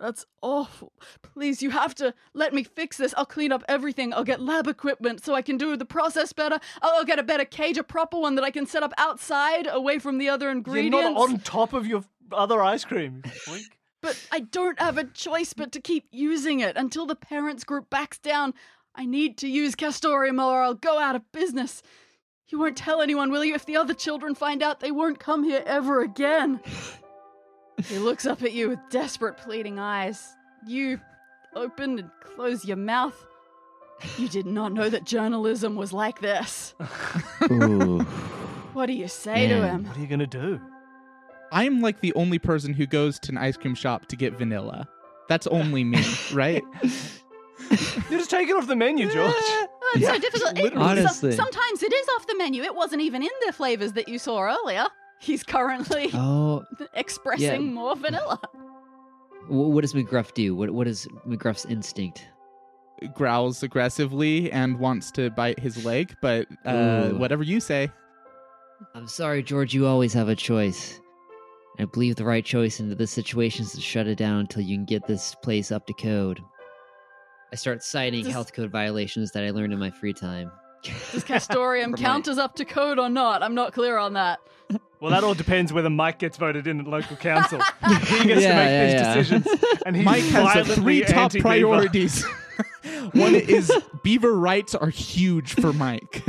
S2: that's awful. Please, you have to let me fix this. I'll clean up everything. I'll get lab equipment so I can do the process better. I'll, I'll get a better cage, a proper one that I can set up outside, away from the other ingredients.
S1: You're not on top of your other ice cream. you freak.
S2: But I don't have a choice but to keep using it until the parents group backs down. I need to use castorium or I'll go out of business. You won't tell anyone, will you? If the other children find out, they won't come here ever again. he looks up at you with desperate, pleading eyes. You open and close your mouth. You did not know that journalism was like this.
S4: Ooh.
S2: What do you say to
S4: Man.
S2: him?
S1: what are you gonna do?
S3: I'm like the only person who goes to an ice cream shop to get vanilla. That's only me, right?
S1: You just take it off the menu, George.
S2: Oh, it's so difficult. It-
S4: literally.
S2: so-
S4: Honestly.
S2: sometimes it is off the menu. It wasn't even in the flavors that you saw earlier. He's currently
S4: oh,
S2: expressing more vanilla.
S4: wh- what does McGruff do? What what is McGruff's instinct?
S3: Growls aggressively and wants to bite his leg, but uh,
S4: Ooh.
S3: whatever you say.
S4: I'm sorry, George. You always have a choice. I believe the right choice into this situation is to shut it down until you can get this place up to code. I start citing
S2: Does-
S4: health code violations that I learned in my free time.
S2: Does Castorium
S4: Right.
S2: count as up to code or not? I'm not clear on that.
S1: Well, that all depends whether Mike gets voted in at local council. he gets
S4: Yeah,
S1: to make
S4: yeah,
S1: these
S4: yeah.
S1: decisions, and he's
S3: Mike has a
S1: violently
S3: three top
S1: anti-Beaver.
S3: priorities. One is beaver rights are huge for Mike.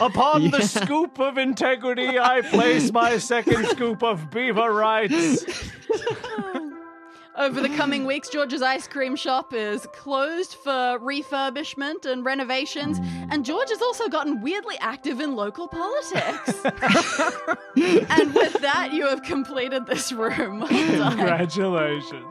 S1: Upon the scoop of integrity, I place my second scoop of beaver rights.
S2: Over the coming weeks, George's ice cream shop is closed for refurbishment and renovations, and George has also gotten weirdly active in local politics. and with that, you have completed this room. Well done.
S1: Congratulations.